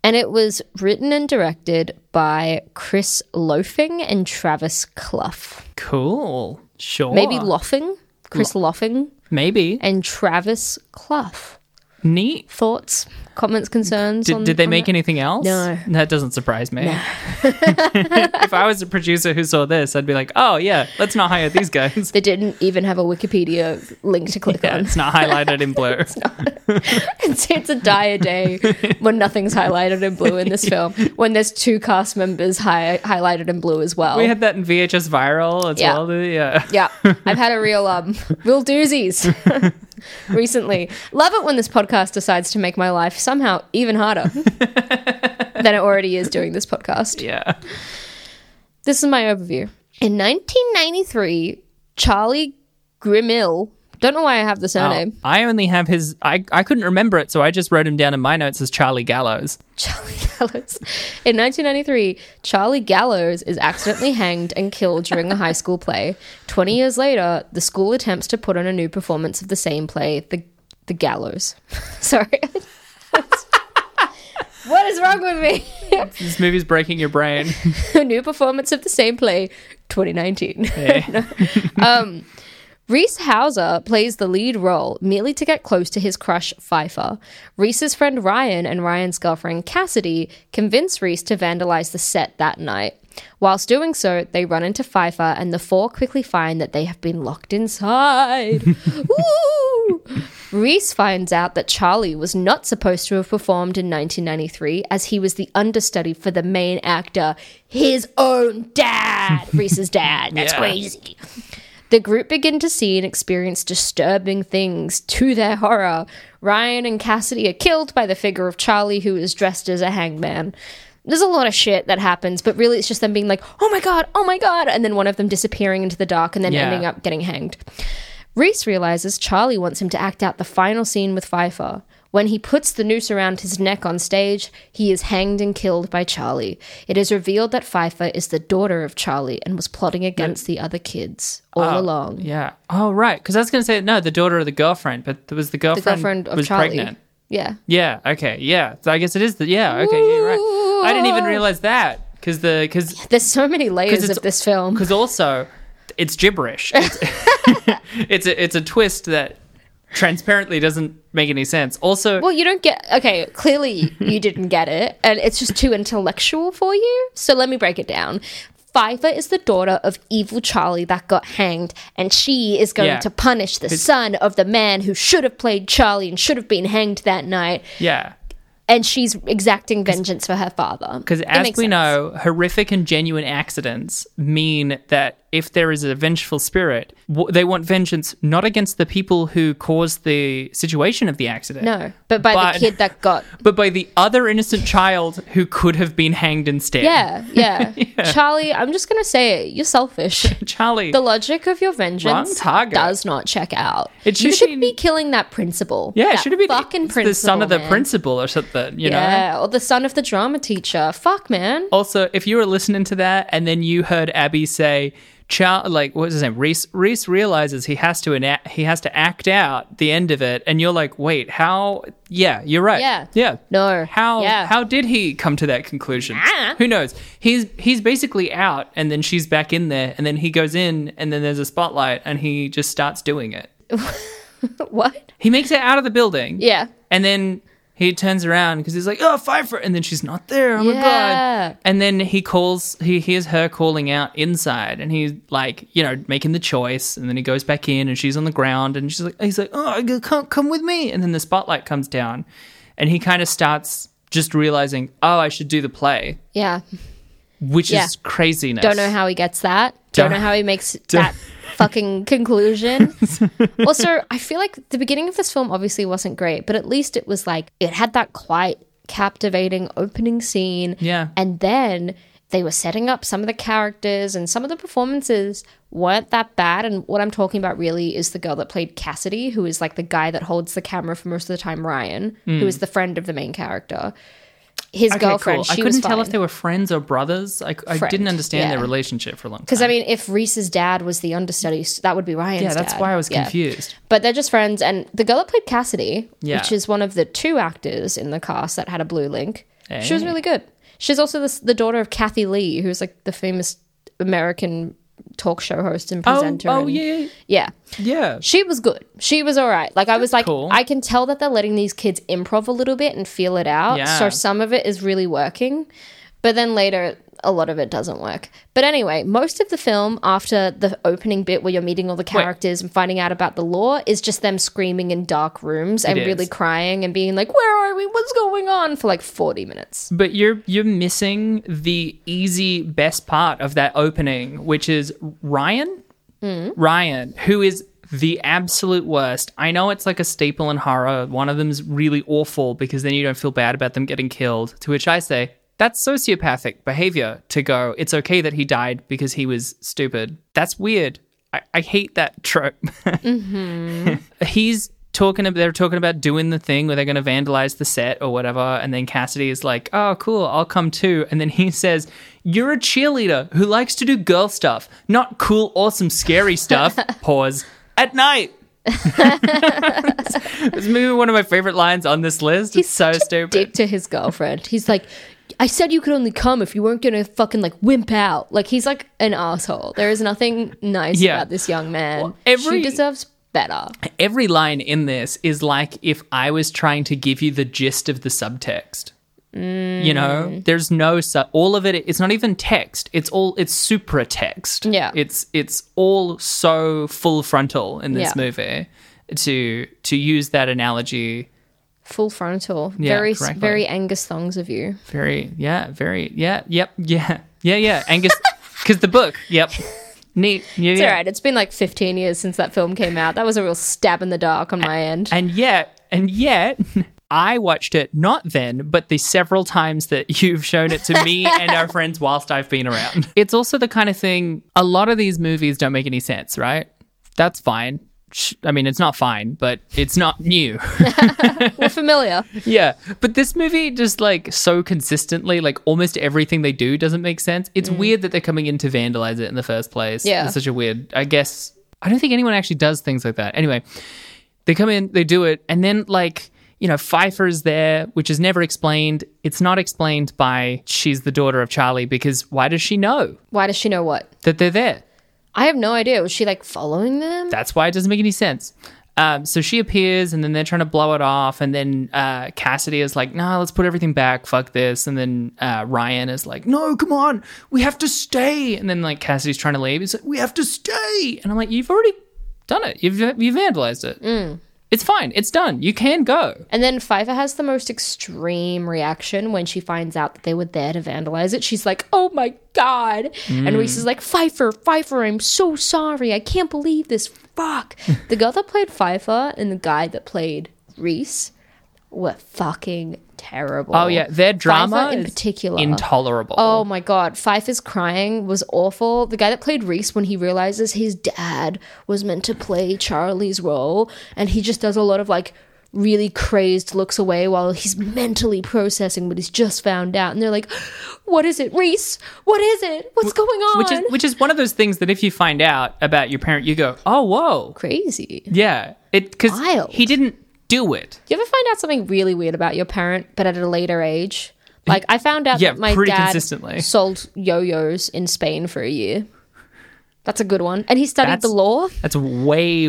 [SPEAKER 1] And it was written and directed by Chris Loeffing and Travis Clough.
[SPEAKER 2] cool, sure,
[SPEAKER 1] Maybe Loeffing? Chris Loeffing
[SPEAKER 2] maybe
[SPEAKER 1] and Travis Clough.
[SPEAKER 2] Neat.
[SPEAKER 1] Thoughts, comments, concerns?
[SPEAKER 2] Did,
[SPEAKER 1] on-
[SPEAKER 2] did they
[SPEAKER 1] on
[SPEAKER 2] make
[SPEAKER 1] that?
[SPEAKER 2] anything else?
[SPEAKER 1] No.
[SPEAKER 2] That doesn't surprise me. if I was a producer who saw this, I'd be like, oh, yeah, let's not hire these guys.
[SPEAKER 1] They didn't even have a Wikipedia link to click
[SPEAKER 2] yeah,
[SPEAKER 1] on.
[SPEAKER 2] it's not highlighted in blue.
[SPEAKER 1] It's, it's a dire day when nothing's highlighted in blue in this film. When there's two cast members hi- highlighted in blue as well.
[SPEAKER 2] We had that in VHS Viral as
[SPEAKER 1] Yeah.
[SPEAKER 2] well. the- Yeah.
[SPEAKER 1] yeah, I've had a real um real doozies recently. Love it when this podcast decides to make my life somehow even harder than it already is doing this podcast.
[SPEAKER 2] Yeah.
[SPEAKER 1] This is my overview. In 1993, Charlie Grimill. Don't know why I have the
[SPEAKER 2] Oh,
[SPEAKER 1] surname.
[SPEAKER 2] I only have his. I, I couldn't remember it, so I just wrote him down in my notes as Charlie Gallows.
[SPEAKER 1] Charlie Gallows. In 1993, Charlie Gallows is accidentally hanged and killed during a high school play. 20 years later, the school attempts to put on a new performance of the same play, The, the Gallows. Sorry. what is wrong with me?
[SPEAKER 2] This movie's breaking your brain.
[SPEAKER 1] a new performance of the same play, 2019. No. um, Reese Hauser plays the lead role merely to get close to his crush, Pfeiffer. Reese's friend Ryan and Ryan's girlfriend Cassidy convince Reese to vandalize the set that night. Whilst doing so, they run into Pfeiffer, and the four quickly find that they have been locked inside. Woo! Reese finds out that Charlie was not supposed to have performed in 1993 as he was the understudy for the main actor, his own dad, Reese's dad. That's
[SPEAKER 2] Yeah.
[SPEAKER 1] crazy. The group begin to see and experience disturbing things to their horror. Ryan and Cassidy are killed by the figure of Charlie, who is dressed as a hangman. There's a lot of shit that happens, but really it's just them being like, oh my god, oh my god, and then one of them disappearing into the dark and then
[SPEAKER 2] Yeah.
[SPEAKER 1] ending up getting hanged. Reese realizes Charlie wants him to act out the final scene with Pfeiffer. When he puts the noose around his neck on stage, he is hanged and killed by Charlie. It is revealed that Pfeiffer is the daughter of Charlie and was plotting against the other kids all along.
[SPEAKER 2] yeah. Oh, right. Because I was going to say, no, the daughter of the girlfriend, but there was the
[SPEAKER 1] The
[SPEAKER 2] girlfriend,
[SPEAKER 1] girlfriend of
[SPEAKER 2] was
[SPEAKER 1] Charlie.
[SPEAKER 2] pregnant.
[SPEAKER 1] Yeah.
[SPEAKER 2] Yeah. Okay. Yeah. So I guess it is the. Yeah. Okay. You're right. I didn't even realize that because the because
[SPEAKER 1] There's so many layers
[SPEAKER 2] it's-
[SPEAKER 1] of this film.
[SPEAKER 2] because also it's gibberish. It's, it's a it's a twist that transparently doesn't make any sense. Also,
[SPEAKER 1] Well, you don't get. Okay, clearly you didn't get it, and it's just too intellectual for you. So let me break it down. Pfeiffer is the daughter of evil Charlie that got hanged, and she is going
[SPEAKER 2] Yeah.
[SPEAKER 1] to punish the son of the man who should have played Charlie and should have been hanged that night.
[SPEAKER 2] yeah.
[SPEAKER 1] And she's exacting vengeance for her father.
[SPEAKER 2] Because
[SPEAKER 1] It
[SPEAKER 2] as we
[SPEAKER 1] makes sense.
[SPEAKER 2] know, horrific and genuine accidents mean that if there is a vengeful spirit, w- they want vengeance not against the people who caused the situation of the accident.
[SPEAKER 1] no, but by
[SPEAKER 2] But-
[SPEAKER 1] the kid that got
[SPEAKER 2] But by the other innocent child who could have been hanged instead.
[SPEAKER 1] Yeah, yeah. Charlie, I'm just going to say it. You're selfish.
[SPEAKER 2] Charlie.
[SPEAKER 1] The logic of your vengeance
[SPEAKER 2] Wrong target.
[SPEAKER 1] does not check out.
[SPEAKER 2] It
[SPEAKER 1] you
[SPEAKER 2] should
[SPEAKER 1] should
[SPEAKER 2] be-
[SPEAKER 1] be killing that principal.
[SPEAKER 2] yeah,
[SPEAKER 1] That
[SPEAKER 2] it should have been
[SPEAKER 1] fucking
[SPEAKER 2] it's the son
[SPEAKER 1] principal,
[SPEAKER 2] of the
[SPEAKER 1] man.
[SPEAKER 2] principal or something, you know?
[SPEAKER 1] Yeah, or the son of the drama teacher. Fuck, man.
[SPEAKER 2] Also, if you were listening to that and then you heard Abby say, Char- like what's his name? Reese. Reese realizes he has to ena- he has to act out the end of it, and you're like, wait, how? Yeah, you're right.
[SPEAKER 1] Yeah.
[SPEAKER 2] yeah.
[SPEAKER 1] No.
[SPEAKER 2] How?
[SPEAKER 1] Yeah.
[SPEAKER 2] How did he come to that conclusion?
[SPEAKER 1] Ah.
[SPEAKER 2] Who knows? He's he's basically out, and then she's back in there, and then he goes in, and then there's a spotlight, and he just starts doing it.
[SPEAKER 1] What?
[SPEAKER 2] He makes it out of the building.
[SPEAKER 1] Yeah.
[SPEAKER 2] And then he turns around because he's like, "Oh, Pfeiffer," and then she's not there. Oh my
[SPEAKER 1] Yeah.
[SPEAKER 2] god! And then he calls. He hears her calling out inside, and he's like, you know, making the choice. And then he goes back in, and she's on the ground, and she's like, he's like, "Oh, I go- come come with me." And then the spotlight comes down, and he kind of starts just realizing, "Oh, I should do the play,"
[SPEAKER 1] Yeah.
[SPEAKER 2] which
[SPEAKER 1] Yeah.
[SPEAKER 2] is craziness.
[SPEAKER 1] Don't know how he gets that. Don't,
[SPEAKER 2] Don't-
[SPEAKER 1] know how he makes that fucking conclusion. also, I feel like the beginning of this film obviously wasn't great, but at least it was like it had that quite captivating opening scene.
[SPEAKER 2] Yeah.
[SPEAKER 1] And then they were setting up some of the characters and some of the performances weren't that bad. And what I'm talking about really is the girl that played Cassidy, who is like the guy that holds the camera for most of the time, Ryan, who is the friend of the main character. His
[SPEAKER 2] Hmm. Okay, cool.
[SPEAKER 1] girlfriend, she
[SPEAKER 2] I
[SPEAKER 1] was
[SPEAKER 2] couldn't tell
[SPEAKER 1] fine.
[SPEAKER 2] if they were friends or brothers. I, I
[SPEAKER 1] Friend,
[SPEAKER 2] didn't understand their
[SPEAKER 1] yeah.
[SPEAKER 2] relationship for a long time.
[SPEAKER 1] Because I mean, if Reese's dad was the understudy, s- that would be Ryan's.
[SPEAKER 2] Um, yeah, that's
[SPEAKER 1] dad.
[SPEAKER 2] why I was
[SPEAKER 1] Yeah.
[SPEAKER 2] confused.
[SPEAKER 1] But they're just friends, and the girl that played Cassidy,
[SPEAKER 2] Yeah.
[SPEAKER 1] which is one of the two actors in the cast that had a blue link, she was
[SPEAKER 2] Hey.
[SPEAKER 1] really good. She's also the, s- the daughter of Kathy Lee, who's like the famous American talk show host and
[SPEAKER 2] Oh,
[SPEAKER 1] presenter.
[SPEAKER 2] oh
[SPEAKER 1] and-
[SPEAKER 2] yeah,
[SPEAKER 1] yeah.
[SPEAKER 2] yeah.
[SPEAKER 1] She was good. She was all right. Like I was like,
[SPEAKER 2] cool.
[SPEAKER 1] I can tell that they're letting these kids improv a little bit and feel it out.
[SPEAKER 2] Yeah.
[SPEAKER 1] So some of it is really working, but then later a lot of it doesn't work. But anyway, most of the film after the opening bit where you're meeting all the characters and finding out about the law is just them screaming in dark rooms and
[SPEAKER 2] is.
[SPEAKER 1] really crying and being like, "Where are we? What's going on?" for like 40 minutes.
[SPEAKER 2] But you're you're missing the easy best part of that opening, which is Ryan. Ryan, who is the absolute worst. I know it's like a staple in horror. One of them's really awful because then you don't feel bad about them getting killed. To which I say, that's sociopathic behavior to go, it's okay that he died because he was stupid. That's weird. I, I hate that trope. he's talking ab- they're talking about doing the thing where they're going to vandalize the set or whatever and then cassidy is like oh cool i'll come too and then he says you're a cheerleader who likes to do girl stuff not cool awesome scary stuff pause at night it's maybe one of my favorite lines on this list it's so
[SPEAKER 1] such a
[SPEAKER 2] stupid
[SPEAKER 1] Dick to his girlfriend. He's like, I said you could only come if you weren't gonna fucking like wimp out. Like he's like an asshole. There is nothing nice
[SPEAKER 2] Yeah.
[SPEAKER 1] about this young man.
[SPEAKER 2] every-
[SPEAKER 1] she deserves better.
[SPEAKER 2] every line in this is like if I was trying to give you the gist of the subtext. You
[SPEAKER 1] Mm.
[SPEAKER 2] know, there's no su- all of it. It's not even text. It's all it's supra text.
[SPEAKER 1] Yeah.
[SPEAKER 2] it's it's all so full frontal in this
[SPEAKER 1] Yeah.
[SPEAKER 2] movie. To to use that analogy,
[SPEAKER 1] Full frontal.
[SPEAKER 2] Yeah,
[SPEAKER 1] very
[SPEAKER 2] correctly.
[SPEAKER 1] very Angus thongs of you.
[SPEAKER 2] very yeah, very yeah, yep, yeah, yeah, yeah. Angus, because the book, yep, neat. Yeah,
[SPEAKER 1] It's
[SPEAKER 2] yeah.
[SPEAKER 1] alright, it's been like fifteen years since that film came out. That was a real stab in the dark on my end.
[SPEAKER 2] And yet, and yet, I watched it not then, but the several times that you've shown it to me and our friends whilst I've been around. It's also the kind of thing, a lot of these movies don't make any sense, right? That's fine. Sh- I mean, it's not fine, but it's not new.
[SPEAKER 1] We're familiar.
[SPEAKER 2] yeah. But this movie just like so consistently, like almost everything they do doesn't make sense. It's weird that they're coming in to vandalize it in the first place.
[SPEAKER 1] Yeah.
[SPEAKER 2] It's such a weird, I guess, I don't think anyone actually does things like that. Anyway, they come in, they do it, and then like you know, Pfeiffer is there, which is never explained. It's not explained by she's the daughter of Charlie because why does she know
[SPEAKER 1] Why does she know what?
[SPEAKER 2] that they're there?
[SPEAKER 1] I have no idea. Was she like following them?
[SPEAKER 2] That's why it doesn't make any sense. Um, so she appears, and then they're trying to blow it off, and then uh, Cassidy is like, "Nah, let's put everything back. Fuck this." And then uh, Ryan is like, "No, come on, we have to stay." And then like Cassidy's trying to leave, he's like, "We have to stay," and I'm like, "You've already done it. You've you vandalized it.
[SPEAKER 1] Mm.
[SPEAKER 2] It's fine. It's done. You can go."
[SPEAKER 1] And then Pfeiffer has the most extreme reaction when she finds out that they were there to vandalize it. She's like, oh my God. And Reese is like, Pfeiffer, Pfeiffer, I'm so sorry. I can't believe this. Fuck. the girl that played Pfeiffer and the guy that played Reese were fucking terrible.
[SPEAKER 2] Oh yeah, their drama
[SPEAKER 1] Pfeiffer in
[SPEAKER 2] is
[SPEAKER 1] particular.
[SPEAKER 2] intolerable.
[SPEAKER 1] Oh my god, Pfeiffer's crying was awful. The guy that played Reese when he realizes his dad was meant to play Charlie's role and he just does a lot of like really crazed looks away while he's mentally processing what he's just found out and they're like, "What is it, Reese? What is it? What's going on?"
[SPEAKER 2] which is which is one of those things that if you find out about your parent, you go, "Oh whoa,
[SPEAKER 1] crazy.
[SPEAKER 2] yeah," it because
[SPEAKER 1] Wild.
[SPEAKER 2] he didn't do it.
[SPEAKER 1] You ever find out something really weird about your parent but at a later age? Like I found out
[SPEAKER 2] Yeah,
[SPEAKER 1] that my
[SPEAKER 2] pretty
[SPEAKER 1] dad
[SPEAKER 2] consistently.
[SPEAKER 1] sold yo-yos in Spain for a year. That's a good one. And he studied
[SPEAKER 2] That's-
[SPEAKER 1] the law.
[SPEAKER 2] That's way.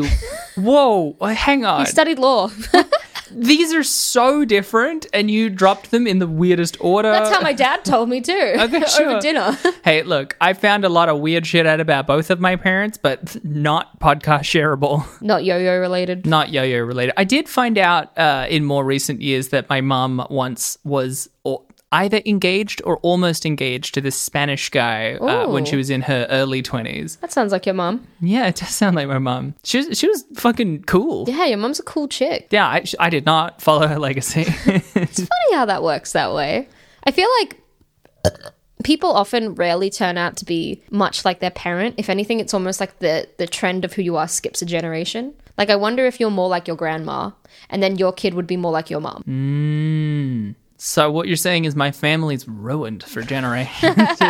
[SPEAKER 2] whoa, uh, hang on.
[SPEAKER 1] He studied law.
[SPEAKER 2] These are so different, and you dropped them in the weirdest order.
[SPEAKER 1] That's how my dad told me too.
[SPEAKER 2] Okay, sure.
[SPEAKER 1] Over dinner.
[SPEAKER 2] Hey, look, I found a lot of weird shit out about both of my parents, but not podcast shareable.
[SPEAKER 1] Not yo-yo related.
[SPEAKER 2] not yo-yo related. I did find out uh, in more recent years that my mum once was or either engaged or almost engaged to this Spanish guy uh, when
[SPEAKER 1] Ooh.
[SPEAKER 2] she was in her early twenties.
[SPEAKER 1] That sounds like your mum.
[SPEAKER 2] Yeah, it does sound like my mum. She was she was fucking cool. Yeah,
[SPEAKER 1] Yeah, your mum's a cool chick.
[SPEAKER 2] I, I did not follow her legacy.
[SPEAKER 1] Funny how that works that way. I feel like people often rarely turn out to be much like their parent. If anything, it's almost like the the trend of who you are skips a generation. Like I wonder if you're more like your grandma, and then your kid would be more like your mum.
[SPEAKER 2] Mm. so what you're saying is my family's ruined for generations.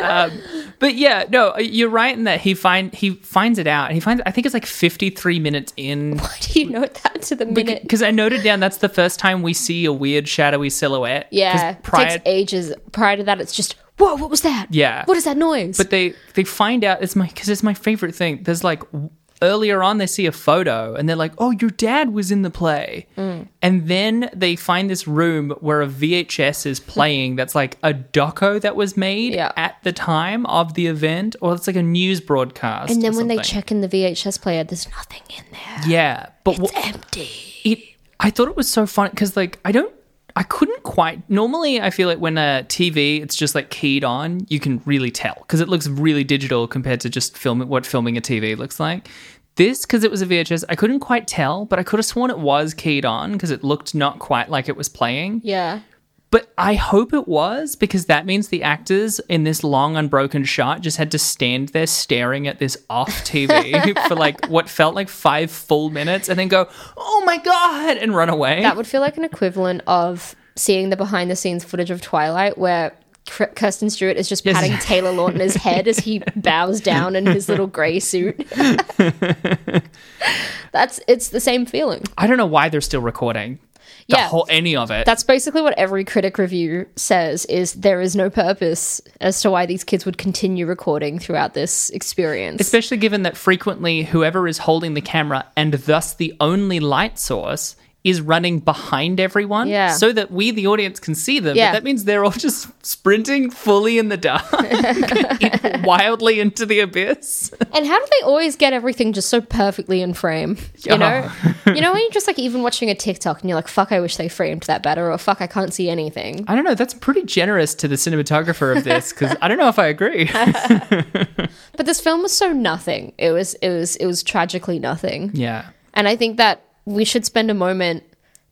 [SPEAKER 2] um, but yeah, no, you're right in that he find he finds it out. He finds I think it's like 53 minutes in
[SPEAKER 1] Why do you note that to the minute?
[SPEAKER 2] because I noted down that's the first time we see a weird shadowy silhouette. 'Cause
[SPEAKER 1] yeah, it
[SPEAKER 2] prior
[SPEAKER 1] takes ages. Prior to that, it's just whoa, what was that?
[SPEAKER 2] Yeah.
[SPEAKER 1] What is that noise?
[SPEAKER 2] But they they find out it's my because it's my favorite thing. There's like w- earlier on they see a photo and they're like, oh, your dad was in the play, and then they find this room where a VHS is playing that's like a doco that was made
[SPEAKER 1] Yeah.
[SPEAKER 2] at the time of the event, or it's like a news broadcast.
[SPEAKER 1] and then
[SPEAKER 2] or
[SPEAKER 1] when they
[SPEAKER 2] something.
[SPEAKER 1] check in the VHS player, there's nothing in there.
[SPEAKER 2] yeah, but what,
[SPEAKER 1] It's empty.
[SPEAKER 2] it i thought it was so fun because like i don't i couldn't quite normally i feel like when a tv it's just like keyed on you can really tell because it looks really digital compared to just film what filming a tv looks like this because it was a vhs i couldn't quite tell but i could have sworn it was keyed on because it looked not quite like it was playing
[SPEAKER 1] Yeah.
[SPEAKER 2] but I hope it was because that means the actors in this long unbroken shot just had to stand there staring at this off TV for like what felt like five full minutes and then go, oh my God, and run away.
[SPEAKER 1] That would feel like an equivalent of seeing the behind the scenes footage of Twilight where Kr- Kirsten Stewart is just patting Taylor Lautner's head as he bows down in his little grey suit. That's it's the same feeling.
[SPEAKER 2] I don't know why they're still recording the
[SPEAKER 1] Yeah.
[SPEAKER 2] whole, any of it.
[SPEAKER 1] That's basically what every critic review says is there is no purpose as to why these kids would continue recording throughout this experience.
[SPEAKER 2] Especially given that frequently whoever is holding the camera and thus the only light source is running behind everyone
[SPEAKER 1] Yeah.
[SPEAKER 2] so that we, the audience, can see them.
[SPEAKER 1] Yeah.
[SPEAKER 2] But that means they're all just sprinting fully in the dark, in- wildly into the abyss.
[SPEAKER 1] And how do they always get everything just so perfectly in frame? You know, you know when you're just like even watching a TikTok and you're like, "Fuck, I wish they framed that better," or "Fuck, I can't see anything."
[SPEAKER 2] I don't know. That's pretty generous to the cinematographer of this because I don't know if I agree.
[SPEAKER 1] But this film was so nothing. It was, it was, it was tragically nothing.
[SPEAKER 2] yeah.
[SPEAKER 1] And I think that we should spend a moment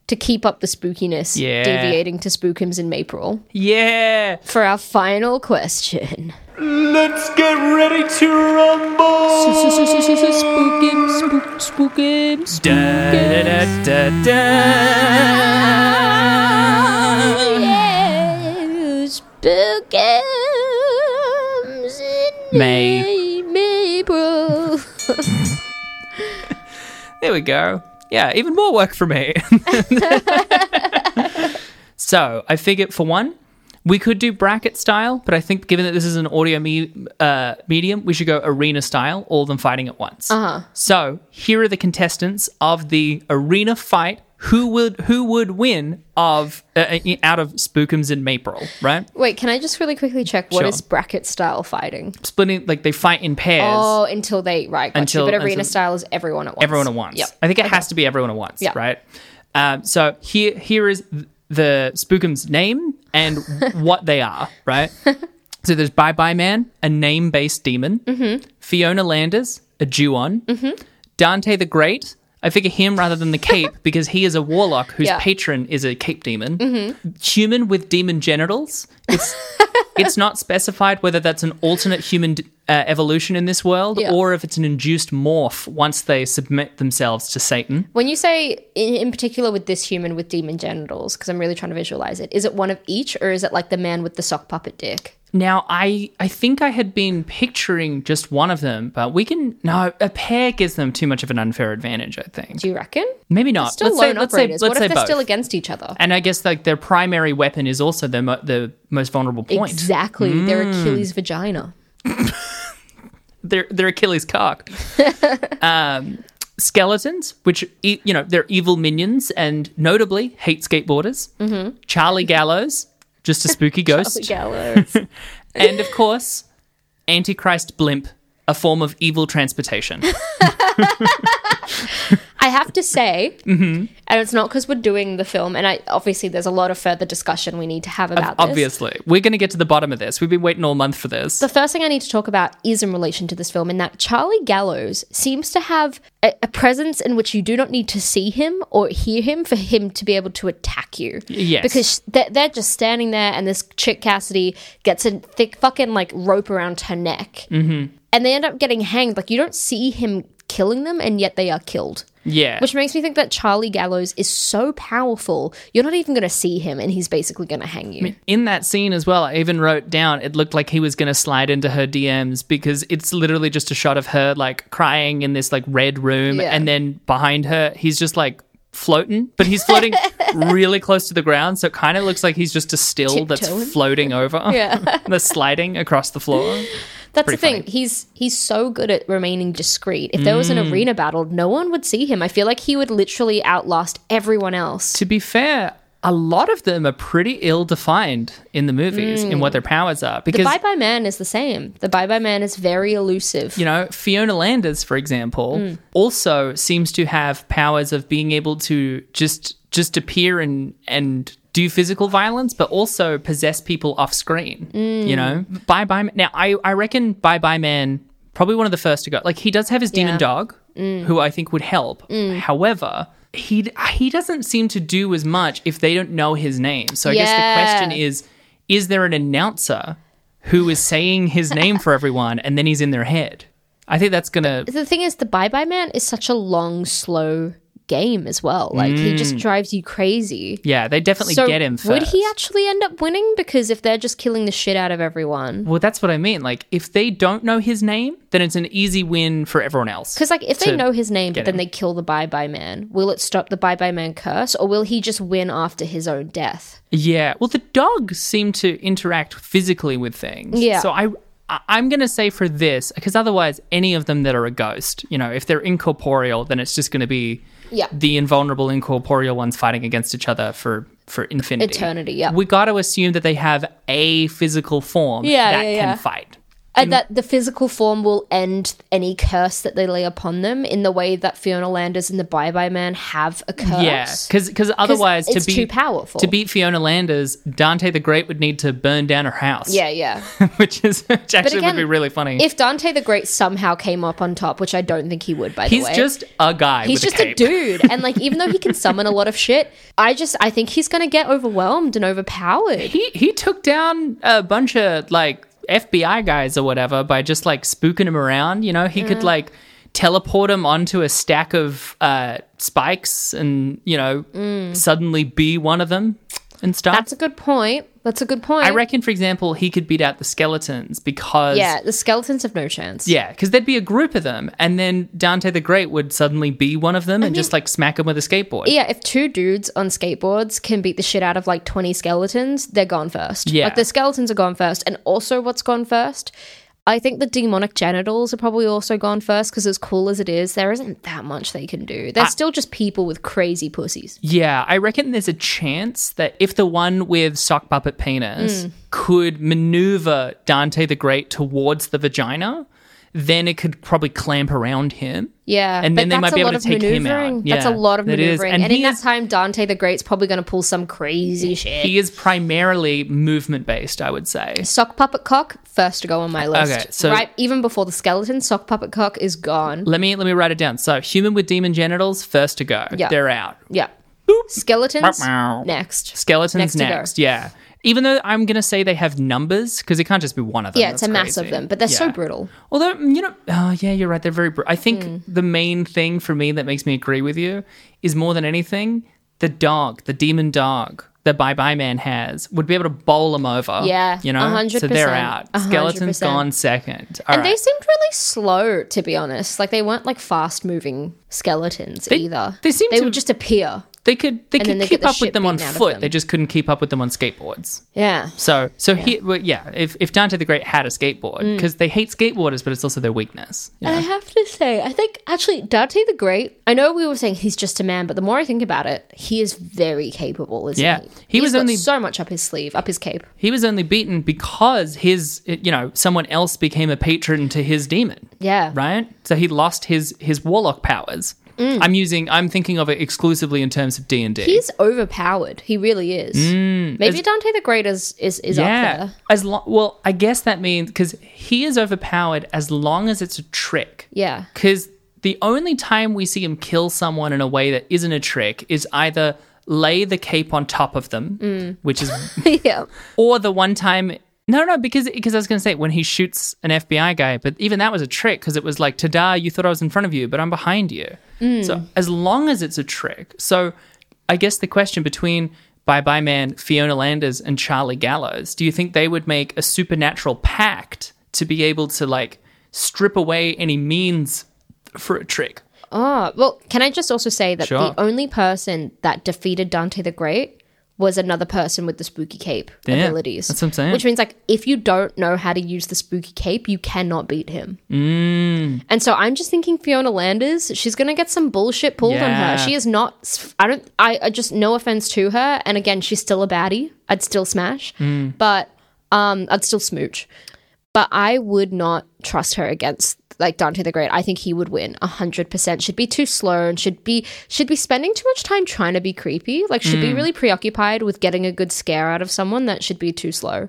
[SPEAKER 1] to keep up the spookiness,
[SPEAKER 2] Yeah.
[SPEAKER 1] deviating to spookums in April
[SPEAKER 2] Yeah.
[SPEAKER 1] for our final question.
[SPEAKER 2] Let's get ready to rumble.
[SPEAKER 1] Spookim, spook, spookim, spook. Yeah, spookums in
[SPEAKER 2] May.
[SPEAKER 1] April.
[SPEAKER 2] There we go. Yeah, even more work for me. so I figured for one, we could do bracket style, but I think given that this is an audio me- uh, medium, we should go arena style, all of them fighting at once. Uh-huh. So here are the contestants of the arena fight. Who would who would win of uh, uh, out of Spookums and Maple? Right,
[SPEAKER 1] Wait, can I just really quickly check what
[SPEAKER 2] Sure.
[SPEAKER 1] is bracket style fighting?
[SPEAKER 2] splitting like they fight in pairs.
[SPEAKER 1] Oh, until they right. Gotcha.
[SPEAKER 2] Until-
[SPEAKER 1] but arena
[SPEAKER 2] until-
[SPEAKER 1] style is everyone at once.
[SPEAKER 2] everyone at once.
[SPEAKER 1] Yep.
[SPEAKER 2] I think it has to be everyone at once,
[SPEAKER 1] Yeah.
[SPEAKER 2] right? Um, so here, here is th- the Spookum's name and what they are, right? so there's Bye Bye Man, a name-based demon.
[SPEAKER 1] Mm-hmm.
[SPEAKER 2] Fiona Landers, a Jew-on. Dante the Great. I figure him rather than the cape because he is a warlock whose
[SPEAKER 1] Yeah. Mm-hmm.
[SPEAKER 2] patron is a cape demon. Human with demon genitals. It's it's not specified whether that's an alternate human d- uh, evolution in this world
[SPEAKER 1] Yeah.
[SPEAKER 2] or if it's an induced morph once they submit themselves to Satan.
[SPEAKER 1] When you say in, in particular with this human with demon genitals, because I'm really trying to visualize it, is it one of each or is it like the man with the sock puppet dick?
[SPEAKER 2] Now, I I think I had been picturing just one of them, but we can no a pair gives them too much of an unfair advantage. I think
[SPEAKER 1] Do you reckon?
[SPEAKER 2] maybe not.
[SPEAKER 1] Still lone operators. what if they're still
[SPEAKER 2] both.
[SPEAKER 1] against each other?
[SPEAKER 2] And I guess like their primary weapon is also their mo- the most vulnerable point.
[SPEAKER 1] Exactly. Their Achilles vagina.
[SPEAKER 2] Their their Achilles cock. um, skeletons, which e- you know they're evil minions and notably hate skateboarders.
[SPEAKER 1] Mm-hmm.
[SPEAKER 2] Charlie Gallows, just a spooky ghost,
[SPEAKER 1] Gallows.
[SPEAKER 2] and of course, Antichrist Blimp, a form of evil transportation.
[SPEAKER 1] I have to say, and it's not because we're doing the film, and I obviously there's a lot of further discussion we need to have about this.
[SPEAKER 2] Obviously, we're going to get to the bottom of this. We've been waiting all month for this.
[SPEAKER 1] The first thing I need to talk about is in relation to this film, in that Charlie Gallows seems to have a, a presence in which you do not need to see him or hear him for him to be able to attack you.
[SPEAKER 2] yes.
[SPEAKER 1] Because they're, they're just standing there, and this chick Cassidy gets a thick fucking like rope around her neck, mm-hmm. and they end up getting hanged. Like you don't see him killing them, and yet they are killed.
[SPEAKER 2] yeah,
[SPEAKER 1] Which makes me think that Charlie Gallows is so powerful, you're not even going to see him, and he's basically going to hang you.
[SPEAKER 2] in that scene as well, I even wrote down it looked like he was going to slide into her DMs because it's literally just a shot of her like crying in this like red room,
[SPEAKER 1] Yeah.
[SPEAKER 2] and then behind her, he's just like floating, but he's floating really close to the ground, so it kind of looks like he's just a still that's
[SPEAKER 1] Tiptoeing.
[SPEAKER 2] floating over.
[SPEAKER 1] Yeah.
[SPEAKER 2] that's sliding across the floor.
[SPEAKER 1] That's
[SPEAKER 2] Pretty
[SPEAKER 1] the thing.
[SPEAKER 2] funny. Mm.
[SPEAKER 1] He's he's so good at remaining discreet. If there was an arena battle, no one would see him. I feel like he would literally outlast everyone else.
[SPEAKER 2] To be fair, a lot of them are pretty ill defined in the movies in what their powers are
[SPEAKER 1] Mm. The
[SPEAKER 2] because
[SPEAKER 1] Bye Bye Man is the same. The Bye Bye Man is very elusive.
[SPEAKER 2] you know, Fiona Landers, for example, also seems to have powers of being able to just just appear and and do physical violence, but also possess people off screen. You know, Bye Bye. Man. Now, I I reckon Bye Bye Man probably one of the first to go. Like he does have his demon
[SPEAKER 1] Yeah.
[SPEAKER 2] dog, who I think would help. However. He, he doesn't seem to do as much if they don't know his name. So I guess
[SPEAKER 1] Yeah.
[SPEAKER 2] the question is is there an announcer who is saying his name for everyone and then he's in their head. I think that's gonna
[SPEAKER 1] The thing is, the Bye Bye Man is such a long, slow game as well. Like he just drives you crazy.
[SPEAKER 2] yeah, they Mm. definitely
[SPEAKER 1] So
[SPEAKER 2] get him first.
[SPEAKER 1] would he actually end up winning? Because if they're just killing the shit out of everyone,
[SPEAKER 2] well, that's what I mean. Like if they don't know his name, then it's an easy win for everyone else.
[SPEAKER 1] Because like if
[SPEAKER 2] to
[SPEAKER 1] they know his name,
[SPEAKER 2] get
[SPEAKER 1] but then
[SPEAKER 2] him.
[SPEAKER 1] they kill the Bye Bye Man, will it stop the Bye Bye Man curse, or will he just win after his own death?
[SPEAKER 2] Yeah. Well, the dogs seem to interact physically with things.
[SPEAKER 1] Yeah.
[SPEAKER 2] So I, I I'm gonna say for this because otherwise, any of them that are a ghost, you know, if they're incorporeal, then it's just gonna be
[SPEAKER 1] Yeah.
[SPEAKER 2] the invulnerable incorporeal ones fighting against each other for for infinity.
[SPEAKER 1] Eternity, yeah.
[SPEAKER 2] We got to assume that they have a physical form
[SPEAKER 1] Yeah,
[SPEAKER 2] that
[SPEAKER 1] yeah,
[SPEAKER 2] can
[SPEAKER 1] yeah.
[SPEAKER 2] fight.
[SPEAKER 1] And that the physical form will end any curse that they lay upon them in the way that Fiona Landers and the Bye Bye Man have a curse.
[SPEAKER 2] Yeah, because otherwise, to
[SPEAKER 1] it's
[SPEAKER 2] be
[SPEAKER 1] too powerful.
[SPEAKER 2] to beat Fiona Landers, Dante the Great would need to burn down her house.
[SPEAKER 1] yeah, yeah.
[SPEAKER 2] which is which actually
[SPEAKER 1] again,
[SPEAKER 2] would be really funny.
[SPEAKER 1] if Dante the Great somehow came up on top, which I don't think he would, by the
[SPEAKER 2] He's
[SPEAKER 1] way.
[SPEAKER 2] just a guy.
[SPEAKER 1] He's
[SPEAKER 2] with
[SPEAKER 1] just
[SPEAKER 2] a,
[SPEAKER 1] a
[SPEAKER 2] cape.
[SPEAKER 1] dude. And like even though he can summon a lot of shit, I just I think he's gonna get overwhelmed and overpowered.
[SPEAKER 2] He he took down a bunch of like FBI guys or whatever by just like spooking him around. You know, he
[SPEAKER 1] Mm.
[SPEAKER 2] could like teleport him onto a stack of uh, spikes and you know suddenly be one of them and stuff.
[SPEAKER 1] Mm. That's a good point. That's a good point.
[SPEAKER 2] I reckon, for example, he could beat out the skeletons because
[SPEAKER 1] Yeah, the skeletons have no chance.
[SPEAKER 2] Yeah, because there'd be a group of them, and then Dante the Great would suddenly be one of them and just like smack him with a skateboard.
[SPEAKER 1] Yeah, if two dudes on skateboards can beat the shit out of like 20 skeletons, they're gone first.
[SPEAKER 2] Yeah.
[SPEAKER 1] Like the skeletons are gone first. And also, what's gone first? I think the demonic genitals are probably also gone first because, as cool as it is, there isn't that much they can do.
[SPEAKER 2] Ah.
[SPEAKER 1] They're still just people with crazy pussies.
[SPEAKER 2] Yeah, I reckon there's a chance that if the one with sock puppet
[SPEAKER 1] Hmm.
[SPEAKER 2] penis could maneuver Dante the Great towards the vagina, then it could probably clamp around him.
[SPEAKER 1] Yeah,
[SPEAKER 2] And then
[SPEAKER 1] but
[SPEAKER 2] they might
[SPEAKER 1] that's
[SPEAKER 2] be
[SPEAKER 1] a
[SPEAKER 2] able
[SPEAKER 1] lot
[SPEAKER 2] to
[SPEAKER 1] of
[SPEAKER 2] take him out.
[SPEAKER 1] maneuvering. That's a
[SPEAKER 2] Yeah,
[SPEAKER 1] lot of
[SPEAKER 2] that is.
[SPEAKER 1] maneuvering,
[SPEAKER 2] And
[SPEAKER 1] and,
[SPEAKER 2] he
[SPEAKER 1] in that
[SPEAKER 2] is-
[SPEAKER 1] time, Dante the Great's probably going to pull some crazy shit.
[SPEAKER 2] He is primarily movement based, I would say.
[SPEAKER 1] sock puppet cock first to go on my list.
[SPEAKER 2] Okay, so-
[SPEAKER 1] right, even before the skeleton, sock puppet cock is gone.
[SPEAKER 2] Let me let me write it down. So human with demon genitals, first to go.
[SPEAKER 1] Yeah.
[SPEAKER 2] They're out.
[SPEAKER 1] Yeah.
[SPEAKER 2] Meow,
[SPEAKER 1] Skeletons
[SPEAKER 2] meow.
[SPEAKER 1] next.
[SPEAKER 2] Skeletons
[SPEAKER 1] Next to go.
[SPEAKER 2] next, yeah. Even though I'm gonna say they have numbers because it can't just be one of them.
[SPEAKER 1] Yeah, it's a
[SPEAKER 2] That's
[SPEAKER 1] mass of
[SPEAKER 2] crazy.
[SPEAKER 1] them, but they're so
[SPEAKER 2] Yeah.
[SPEAKER 1] brutal.
[SPEAKER 2] Although mm, you know, oh yeah, you're right. They're very. Br- I think
[SPEAKER 1] Hmm.
[SPEAKER 2] the main thing for me that makes me agree with you is more than anything, the dog, the demon dog that Bye Bye Man has would be able to bowl him over.
[SPEAKER 1] Yeah,
[SPEAKER 2] you know,
[SPEAKER 1] 100%,
[SPEAKER 2] so they're out.
[SPEAKER 1] 100%.
[SPEAKER 2] Skeletons gone second. All
[SPEAKER 1] And
[SPEAKER 2] right.
[SPEAKER 1] they seemed really slow, to be honest. Like they weren't like fast moving skeletons either.
[SPEAKER 2] they seem
[SPEAKER 1] they
[SPEAKER 2] to-
[SPEAKER 1] would just appear.
[SPEAKER 2] they could they
[SPEAKER 1] then
[SPEAKER 2] could
[SPEAKER 1] they get
[SPEAKER 2] keep
[SPEAKER 1] the
[SPEAKER 2] up with
[SPEAKER 1] shit
[SPEAKER 2] them on
[SPEAKER 1] beaten out of
[SPEAKER 2] foot.
[SPEAKER 1] them.
[SPEAKER 2] They just couldn't keep up with them on skateboards.
[SPEAKER 1] Yeah. Hmm.
[SPEAKER 2] So, so he, well, yeah. If if Dante the Great had a skateboard, because they hate skateboarders, but it's also their weakness. you
[SPEAKER 1] And I
[SPEAKER 2] know?
[SPEAKER 1] have to say, I think actually Dante the Great. I know we were saying he's just a man, but the more I think about it, he is very capable, isn't
[SPEAKER 2] Yeah.
[SPEAKER 1] he?
[SPEAKER 2] He
[SPEAKER 1] He's
[SPEAKER 2] was
[SPEAKER 1] got
[SPEAKER 2] only-
[SPEAKER 1] so much up his sleeve, up his cape.
[SPEAKER 2] He was only beaten because his, you know, someone else became a patron to his demon,
[SPEAKER 1] Yeah,
[SPEAKER 2] right? So he lost his his warlock powers. I'm using, I'm thinking of it exclusively in terms of D and D.
[SPEAKER 1] Mm. He's overpowered. He really is. Maybe Dante the Great is is, is up there.
[SPEAKER 2] as long. Well, I guess that means because he is overpowered as long as it's a trick.
[SPEAKER 1] Yeah.
[SPEAKER 2] Because the only time we see him kill someone in a way that isn't a trick is either lay the cape on top of them,
[SPEAKER 1] Mm.
[SPEAKER 2] which is,
[SPEAKER 1] yeah.
[SPEAKER 2] or the one time. No, no, because because I was going to say when he shoots an FBI guy, but even that was a trick because it was like, "Ta-da! You thought I was in front of you, but I'm behind you." So as long as it's a trick, so I guess the question between Bye Bye Man, Fiona Landers, and Charlie Gallows, do you think they would make a supernatural pact to be able to like strip away any means for a trick.
[SPEAKER 1] Oh, well, can I just also say that
[SPEAKER 2] Sure.
[SPEAKER 1] the only person that defeated Dante the Great was another person with the spooky cape
[SPEAKER 2] Yeah,
[SPEAKER 1] abilities.
[SPEAKER 2] that's what I'm saying.
[SPEAKER 1] Which means, like, if you don't know how to use the spooky cape, you cannot beat him. And so I'm just thinking Fiona Landers, she's going to get some bullshit pulled on
[SPEAKER 2] Yeah.
[SPEAKER 1] her. She is not, I don't, I, I just, no offense to her. And again, she's still a baddie. I'd still smash, but um, I'd still smooch. But I would not trust her against like Dante the Great. I think he would win hundred percent. Should be too slow and should be should be spending too much time trying to be creepy. Like should be really preoccupied with getting a good scare out of someone that should be too slow.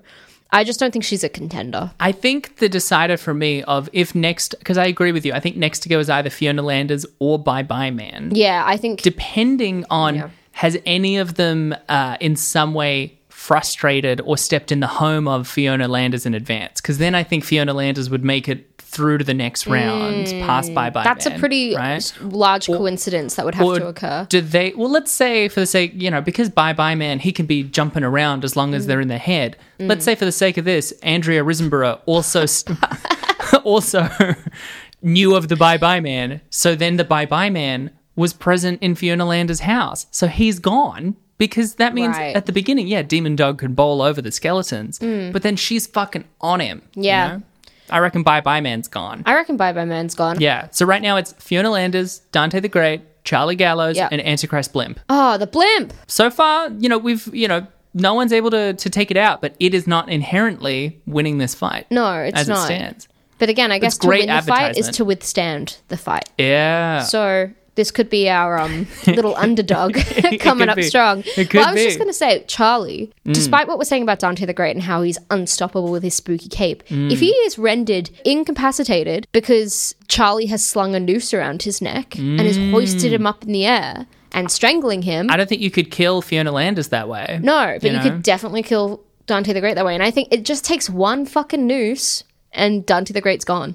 [SPEAKER 1] I just don't think she's a contender.
[SPEAKER 2] I think the decider for me of if next, because I agree with you, I think next to go is either Fiona Landers or Bye Bye Man.
[SPEAKER 1] Yeah, I think
[SPEAKER 2] depending on
[SPEAKER 1] Yeah.
[SPEAKER 2] has any of them uh, in some way frustrated or stepped in the home of Fiona Landers in advance. Because then I think Fiona Landers would make it through to the next round, pass by by.
[SPEAKER 1] Mm. that's a
[SPEAKER 2] Man,
[SPEAKER 1] pretty
[SPEAKER 2] right.
[SPEAKER 1] s- large coincidence that would have
[SPEAKER 2] Or
[SPEAKER 1] to occur.
[SPEAKER 2] Do they? Well, let's say for the sake, you know, because Bye Bye Man, he can be jumping around as long as they're in their head.
[SPEAKER 1] Mm.
[SPEAKER 2] Let's say for the sake of this, Andrea Risenborough also st- also knew of the Bye Bye Man. So then the Bye Bye Man was present in Fiona Lander's house. So he's gone. Because that means
[SPEAKER 1] Right. Mm.
[SPEAKER 2] at the beginning, yeah, Demon Dog could bowl over the skeletons, but then she's fucking on him. you
[SPEAKER 1] Yeah.
[SPEAKER 2] know? I reckon Bye Bye Man's gone.
[SPEAKER 1] I reckon Bye Bye Man's gone.
[SPEAKER 2] Yeah. So right now it's Fiona Landers, Dante the Great, Charlie Gallows,
[SPEAKER 1] Yeah.
[SPEAKER 2] and Antichrist Blimp.
[SPEAKER 1] Oh, the blimp.
[SPEAKER 2] So far, you know, we've, you know, no one's able to, to take it out, but it is not inherently winning this fight.
[SPEAKER 1] No, it's
[SPEAKER 2] as
[SPEAKER 1] not.
[SPEAKER 2] it stands.
[SPEAKER 1] But again, I guess to
[SPEAKER 2] great
[SPEAKER 1] win the fight is
[SPEAKER 2] advertisement.
[SPEAKER 1] to withstand the fight.
[SPEAKER 2] Yeah.
[SPEAKER 1] So this could be our um, little underdog coming
[SPEAKER 2] could
[SPEAKER 1] up
[SPEAKER 2] be.
[SPEAKER 1] strong.
[SPEAKER 2] It could
[SPEAKER 1] well, I was
[SPEAKER 2] be. Mm.
[SPEAKER 1] just going to say, Charlie, despite what we're saying about Dante the Great and how he's unstoppable with his spooky cape,
[SPEAKER 2] Mm.
[SPEAKER 1] if he is rendered incapacitated because Charlie has slung a noose around his neck and has
[SPEAKER 2] Mm.
[SPEAKER 1] hoisted him up in the air and strangling him,
[SPEAKER 2] I don't think you could kill Fiona Landers that way.
[SPEAKER 1] no, but you,
[SPEAKER 2] you know?
[SPEAKER 1] could definitely kill Dante the Great that way. And I think it just takes one fucking noose and Dante the Great's gone.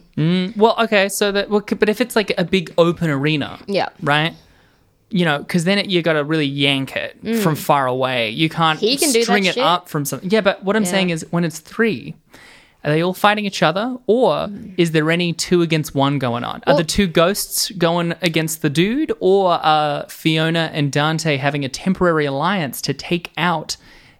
[SPEAKER 2] Well, okay, so that well, c- but if it's like a big open arena,
[SPEAKER 1] Yeah.
[SPEAKER 2] right? You know, because then it, you got to really yank it from far away. You can't
[SPEAKER 1] Mm. He can do that
[SPEAKER 2] string it
[SPEAKER 1] shit.
[SPEAKER 2] up from something. Yeah, but what I'm saying is, when it's three, are they all fighting each other, or
[SPEAKER 1] Mm.
[SPEAKER 2] is there any two against one going on? are the two ghosts going against the dude, or are Fiona and Dante having a temporary alliance to take out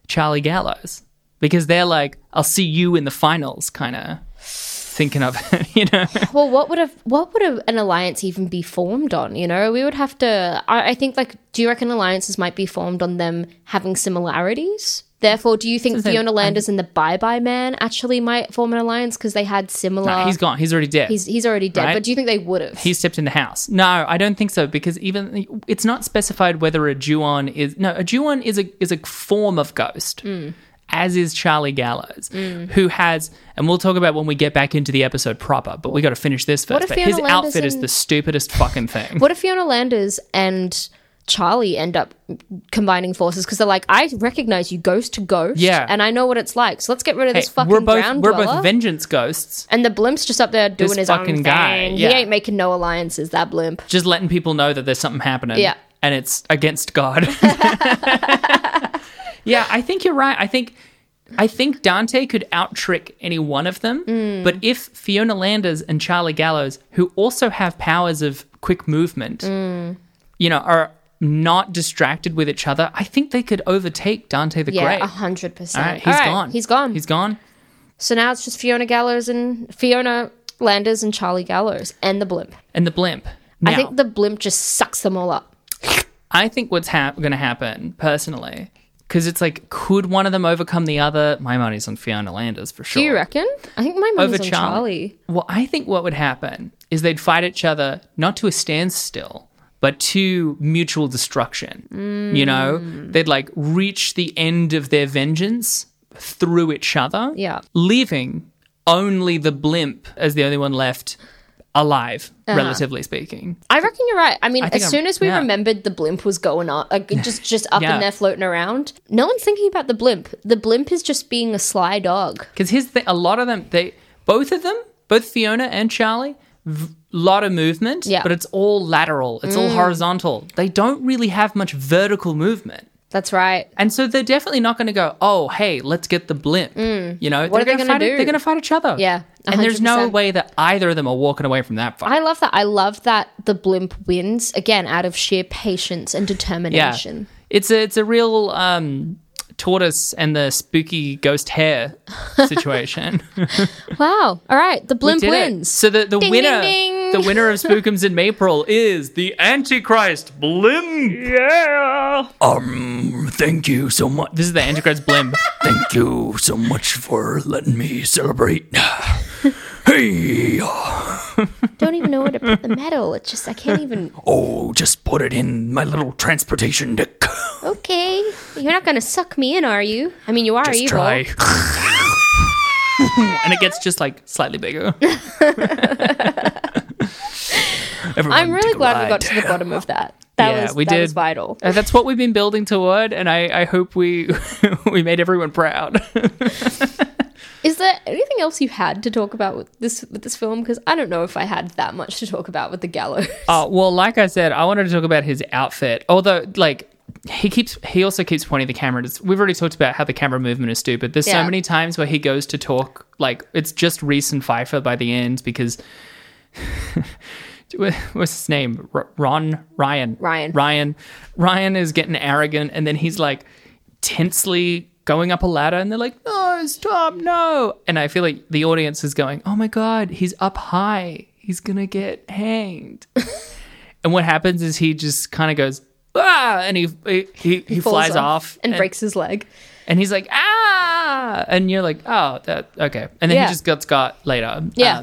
[SPEAKER 2] Charlie Gallows? Because they're like, "I'll see you in the finals," kind of thinking of it, you know.
[SPEAKER 1] Well, what would a what would a, an alliance even be formed on? You know, we would have to. I, I think like, do you reckon alliances might be formed on them having similarities? Therefore, do you think
[SPEAKER 2] the thing.
[SPEAKER 1] Fiona Landers and the Bye Bye Man actually might form an alliance because they had similar?
[SPEAKER 2] Nah, he's gone. He's already dead.
[SPEAKER 1] Uh, he's he's already dead,
[SPEAKER 2] Right.
[SPEAKER 1] but do you think they would have?
[SPEAKER 2] he stepped in the house. No, I don't think so because even it's not specified whether a Juon is no a Juon is a is a form of ghost.
[SPEAKER 1] Hmm.
[SPEAKER 2] As is Charlie Gallows, who has, and we'll talk about when we get back into the episode proper, but we got to finish this first.
[SPEAKER 1] if
[SPEAKER 2] But
[SPEAKER 1] Fiona
[SPEAKER 2] his
[SPEAKER 1] Landers
[SPEAKER 2] outfit is
[SPEAKER 1] and-
[SPEAKER 2] the stupidest fucking thing.
[SPEAKER 1] What if Fiona Landers and Charlie end up combining forces because they're like, I recognize you ghost to ghost,
[SPEAKER 2] Yeah.
[SPEAKER 1] and I know what it's like. So let's get rid of
[SPEAKER 2] Hey,
[SPEAKER 1] this fucking
[SPEAKER 2] we're both
[SPEAKER 1] ground
[SPEAKER 2] we're
[SPEAKER 1] dweller.
[SPEAKER 2] both vengeance ghosts,
[SPEAKER 1] and the blimp's just up there doing
[SPEAKER 2] This
[SPEAKER 1] his own
[SPEAKER 2] fucking
[SPEAKER 1] thing.
[SPEAKER 2] guy, yeah.
[SPEAKER 1] He ain't making no alliances. That blimp.
[SPEAKER 2] just letting people know that there's something happening.
[SPEAKER 1] Yeah.
[SPEAKER 2] and it's against God. yeah, I think you're right. I think I think Dante could out trick any one of them.
[SPEAKER 1] Mm.
[SPEAKER 2] But if Fiona Landers and Charlie Gallows, who also have powers of quick movement,
[SPEAKER 1] Mm.
[SPEAKER 2] you know, are not distracted with each other, I think they could overtake Dante the
[SPEAKER 1] Yeah,
[SPEAKER 2] Great.
[SPEAKER 1] a hundred
[SPEAKER 2] All
[SPEAKER 1] percent.
[SPEAKER 2] right,
[SPEAKER 1] All
[SPEAKER 2] he's
[SPEAKER 1] right,
[SPEAKER 2] gone.
[SPEAKER 1] He's gone.
[SPEAKER 2] He's gone.
[SPEAKER 1] so now it's just Fiona Gallows and Fiona Landers and Charlie Gallows and the blimp.
[SPEAKER 2] And the blimp. Now,
[SPEAKER 1] I think the blimp just sucks them all up.
[SPEAKER 2] I think what's hap going to happen personally, because it's like, could one of them overcome the other? My money's on Fiona Landers for sure.
[SPEAKER 1] Do you reckon? I think my
[SPEAKER 2] over
[SPEAKER 1] money's on
[SPEAKER 2] Charlie.
[SPEAKER 1] Charlie.
[SPEAKER 2] Well, I think what would happen is they'd fight each other not to a standstill, but to mutual destruction.
[SPEAKER 1] Mm.
[SPEAKER 2] You know, they'd like reach the end of their vengeance through each other,
[SPEAKER 1] Yeah.
[SPEAKER 2] leaving only the blimp as the only one left alive,
[SPEAKER 1] Uh-huh.
[SPEAKER 2] relatively speaking.
[SPEAKER 1] I reckon you're right. I mean,
[SPEAKER 2] think
[SPEAKER 1] as
[SPEAKER 2] I'm-
[SPEAKER 1] soon as we
[SPEAKER 2] yeah.
[SPEAKER 1] remembered the blimp was going on, like, it just just up
[SPEAKER 2] Yeah.
[SPEAKER 1] in there floating around, no one's thinking about the blimp. The blimp is just being a sly dog.
[SPEAKER 2] Because here's the thing: a lot of them, they both of them, both Fiona and Charlie, v- lot of movement,
[SPEAKER 1] Yeah. Mm.
[SPEAKER 2] but it's all lateral, it's all horizontal. They don't really have much vertical movement.
[SPEAKER 1] That's right.
[SPEAKER 2] And so they're definitely not going to go, oh, hey, let's get the blimp. You
[SPEAKER 1] Mm.
[SPEAKER 2] know,
[SPEAKER 1] What are they
[SPEAKER 2] gonna
[SPEAKER 1] gonna
[SPEAKER 2] fight it-
[SPEAKER 1] do?
[SPEAKER 2] They're going to fight each other.
[SPEAKER 1] Yeah,
[SPEAKER 2] And there's no
[SPEAKER 1] 100%.
[SPEAKER 2] way that either of them are walking away from that fight.
[SPEAKER 1] I love that. I love that the blimp wins again out of sheer patience and
[SPEAKER 2] yeah.
[SPEAKER 1] determination.
[SPEAKER 2] It's a it's a real um tortoise and the spooky ghost hare situation.
[SPEAKER 1] Wow. All right. The blimp
[SPEAKER 2] Did it.
[SPEAKER 1] wins.
[SPEAKER 2] So the, the
[SPEAKER 1] Ding,
[SPEAKER 2] winner
[SPEAKER 1] ding, ding.
[SPEAKER 2] the winner of Spookums in April is the Antichrist Blimp. Yeah.
[SPEAKER 3] Um, thank you so much.
[SPEAKER 2] This is the Antichrist Blimp.
[SPEAKER 3] Thank you so much for letting me celebrate. hey,
[SPEAKER 1] Don't even know where to put the medal. It's just, I can't even.
[SPEAKER 3] oh, just put it in my little transportation deck.
[SPEAKER 1] Okay. You're not going to suck me in, are you? I mean, you are
[SPEAKER 2] Just
[SPEAKER 1] evil.
[SPEAKER 2] try. and it gets just like slightly bigger.
[SPEAKER 3] Everyone
[SPEAKER 1] I'm really
[SPEAKER 3] take a
[SPEAKER 1] glad we got
[SPEAKER 3] ride.
[SPEAKER 1] to the bottom of that. That
[SPEAKER 2] Yeah,
[SPEAKER 1] was
[SPEAKER 2] we
[SPEAKER 1] that was
[SPEAKER 2] did.
[SPEAKER 1] vital.
[SPEAKER 2] Uh, that's what we've been building toward, and I, I hope we we made everyone proud.
[SPEAKER 1] Is there anything else you had to talk about with this with this film? Because I don't know if I had that much to talk about with the gallows.
[SPEAKER 2] Uh, well, like I said, I wanted to talk about his outfit. Although, like, he keeps he also keeps pointing the camera. It's, we've already talked about how the camera movement is stupid. There's so
[SPEAKER 1] Yeah.
[SPEAKER 2] many times where he goes to talk, like it's just Reese and Pfeiffer by the end because. What's his name? R- Ron Ryan.
[SPEAKER 1] Ryan.
[SPEAKER 2] Ryan. Ryan is getting arrogant, and then he's like tensely going up a ladder, and they're like, "No, stop, no!" And I feel like the audience is going, "Oh my god, he's up high. He's gonna get hanged." And what happens is he just kind of goes ah, and he he he, he flies off,
[SPEAKER 1] and, breaks his leg.
[SPEAKER 2] and he's like ah, and you're like oh that okay, and then
[SPEAKER 1] Yeah.
[SPEAKER 2] he just gets got later.
[SPEAKER 1] Yeah.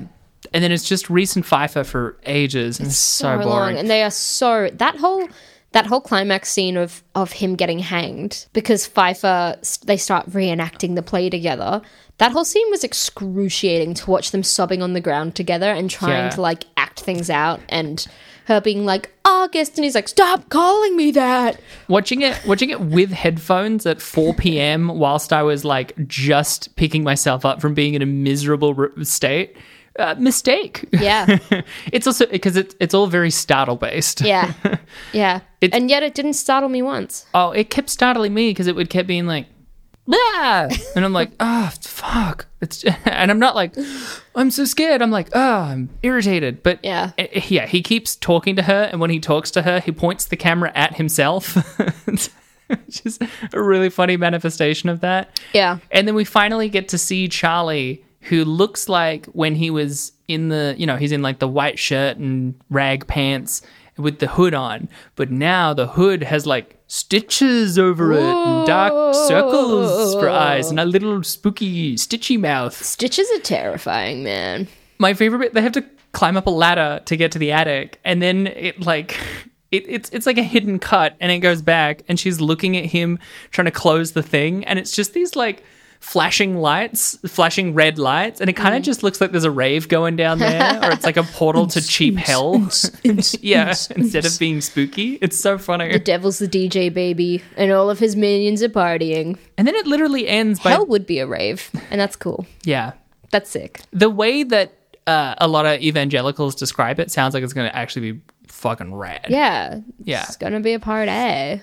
[SPEAKER 2] and then it's just Reese and Pfeiffer for ages, and it's, so, boring.
[SPEAKER 1] and they are so that whole that whole climax scene of of him getting hanged because Pfeiffer s- they start reenacting the play together. That whole scene was excruciating to watch them sobbing on the ground together and trying
[SPEAKER 2] Yeah.
[SPEAKER 1] to like act things out and her being like August and he's like stop calling me that.
[SPEAKER 2] Watching it, watching it with headphones at 4 p.m. whilst I was like just picking myself up from being in a miserable r- state. Uh, mistake.
[SPEAKER 1] Yeah.
[SPEAKER 2] it's also because it, it's all very startle based.
[SPEAKER 1] Yeah. Yeah.
[SPEAKER 2] It-
[SPEAKER 1] and yet it didn't startle me once.
[SPEAKER 2] Oh, it kept startling me because it would kept being like, ah, and I'm like, oh fuck, it's and I'm not like, I'm so scared. I'm like, oh, I'm irritated. But
[SPEAKER 1] Yeah.
[SPEAKER 2] eh, eh, yeah, he keeps talking to her, and when he talks to her, he points the camera at himself. It's Just a really funny manifestation of that.
[SPEAKER 1] Yeah.
[SPEAKER 2] And then we finally get to see Charlie, who looks like when he was in the, you know, he's in like the white shirt and rag pants with the hood on. But now the hood has like stitches over it and dark circles for eyes and a little spooky, stitchy mouth.
[SPEAKER 1] Stitches are terrifying, man.
[SPEAKER 2] My favorite bit, they have to climb up a ladder to get to the attic. And then it like. It, it's it's like a hidden cut and it goes back and she's looking at him trying to close the thing and it's just these like flashing lights flashing red lights and it kind of just looks like there's a rave going down there or it's like a portal to cheap hell yeah instead of being spooky it's so funny
[SPEAKER 1] The devil's the DJ baby, and all of his minions are partying.
[SPEAKER 2] and then it literally ends by
[SPEAKER 1] Hell would be a rave, and that's cool.
[SPEAKER 2] yeah
[SPEAKER 1] That's sick.
[SPEAKER 2] the way that uh, a lot of evangelicals describe it sounds like it's going to actually be fucking rad
[SPEAKER 1] Yeah.
[SPEAKER 2] Yeah.
[SPEAKER 1] It's gonna be a party.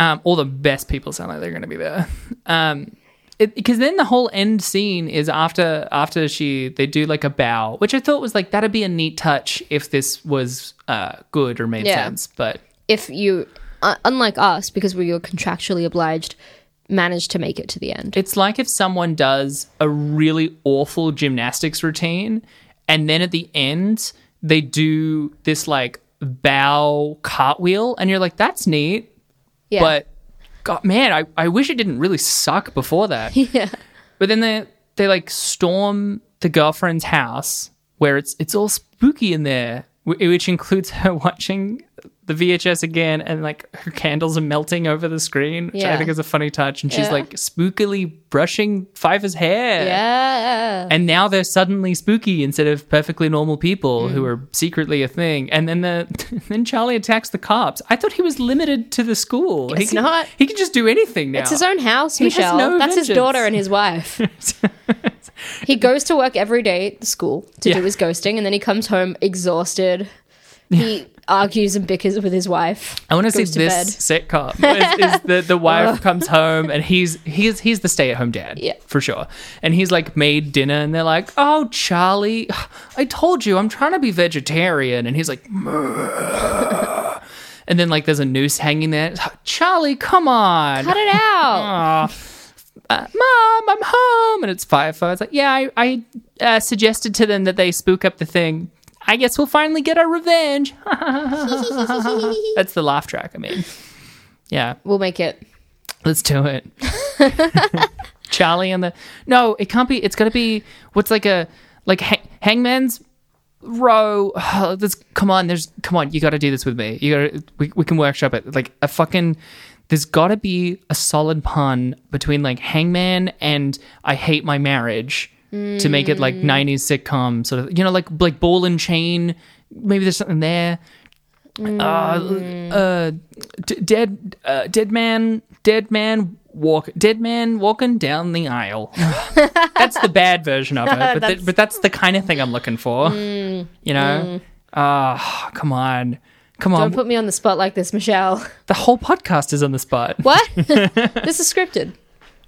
[SPEAKER 2] um, all the best people sound like they're going to be there. Um, because then the whole end scene is after after she they do like a bow, which I thought was like that'd be a neat touch if this was uh, good or made
[SPEAKER 1] Yeah.
[SPEAKER 2] sense. But
[SPEAKER 1] If you, uh, unlike us, because we are contractually obliged, manage to make it to the end.
[SPEAKER 2] it's like if someone does a really awful gymnastics routine, and then at the end they do this like bow cartwheel, and you're like, that's neat,
[SPEAKER 1] Yeah.
[SPEAKER 2] but god man I, I wish it didn't really suck before that
[SPEAKER 1] Yeah.
[SPEAKER 2] but then they they like storm the girlfriend's house where it's it's all spooky in there wh- which includes her watching the VHS again and like her candles are melting over the screen which I
[SPEAKER 1] Yeah.
[SPEAKER 2] think is a funny touch and she's
[SPEAKER 1] Yeah.
[SPEAKER 2] like spookily brushing Pfeiffer's hair
[SPEAKER 1] yeah.
[SPEAKER 2] and now they're suddenly spooky instead of perfectly normal
[SPEAKER 1] Mm.
[SPEAKER 2] people who are secretly a thing. And then the then Charlie attacks the cops. I thought he was limited to the school. he
[SPEAKER 1] Guess
[SPEAKER 2] can,
[SPEAKER 1] not.
[SPEAKER 2] He can just do anything now.
[SPEAKER 1] It's his own house,
[SPEAKER 2] He has
[SPEAKER 1] Michelle.
[SPEAKER 2] no
[SPEAKER 1] That's his
[SPEAKER 2] vengeance.
[SPEAKER 1] daughter and his wife. he goes to work every day at the school to
[SPEAKER 2] Yeah.
[SPEAKER 1] do his ghosting, and then he comes home exhausted. He argues and bickers with his wife.
[SPEAKER 2] I want to see
[SPEAKER 1] goes to Oh.
[SPEAKER 2] this sitcom. Is, is the the wife comes home and he's he's he's the stay at home dad,
[SPEAKER 1] Yeah.
[SPEAKER 2] for sure. And he's like made dinner and they're like, "Oh, Charlie, I told you I'm trying to be vegetarian," and he's like, "Meh." and then like there's a noose hanging there. Charlie, come on,
[SPEAKER 1] Cut it out.
[SPEAKER 2] Aw. Uh, Mom, I'm home, and it's Firefly. It's like, yeah, I, I uh, suggested to them that they spook up the thing. I guess we'll finally get our revenge. That's the laugh track. I mean, yeah,
[SPEAKER 1] we'll make it.
[SPEAKER 2] let's do it. Charlie and the no, it can't be. It's got to be what's like a like ha- Hangman's Row. Let's come on. There's come on. You got to do this with me. You got to. We, we can workshop it. Like a fucking. There's got to be a solid pun between like Hangman and I hate my marriage to make it like 90s sitcom sort of. You know, like like Ball and Chain. Maybe there's something there
[SPEAKER 1] Mm.
[SPEAKER 2] uh, uh, d- dead, uh, dead man, dead man walk, dead man walking down the aisle. that's the bad version of it, but that's, but that's the kind of thing I'm looking for.
[SPEAKER 1] Mm,
[SPEAKER 2] You know, ah, come on, come on.
[SPEAKER 1] Don't put me on the spot like this, Michelle.
[SPEAKER 2] the whole podcast is on the spot.
[SPEAKER 1] What? this is scripted.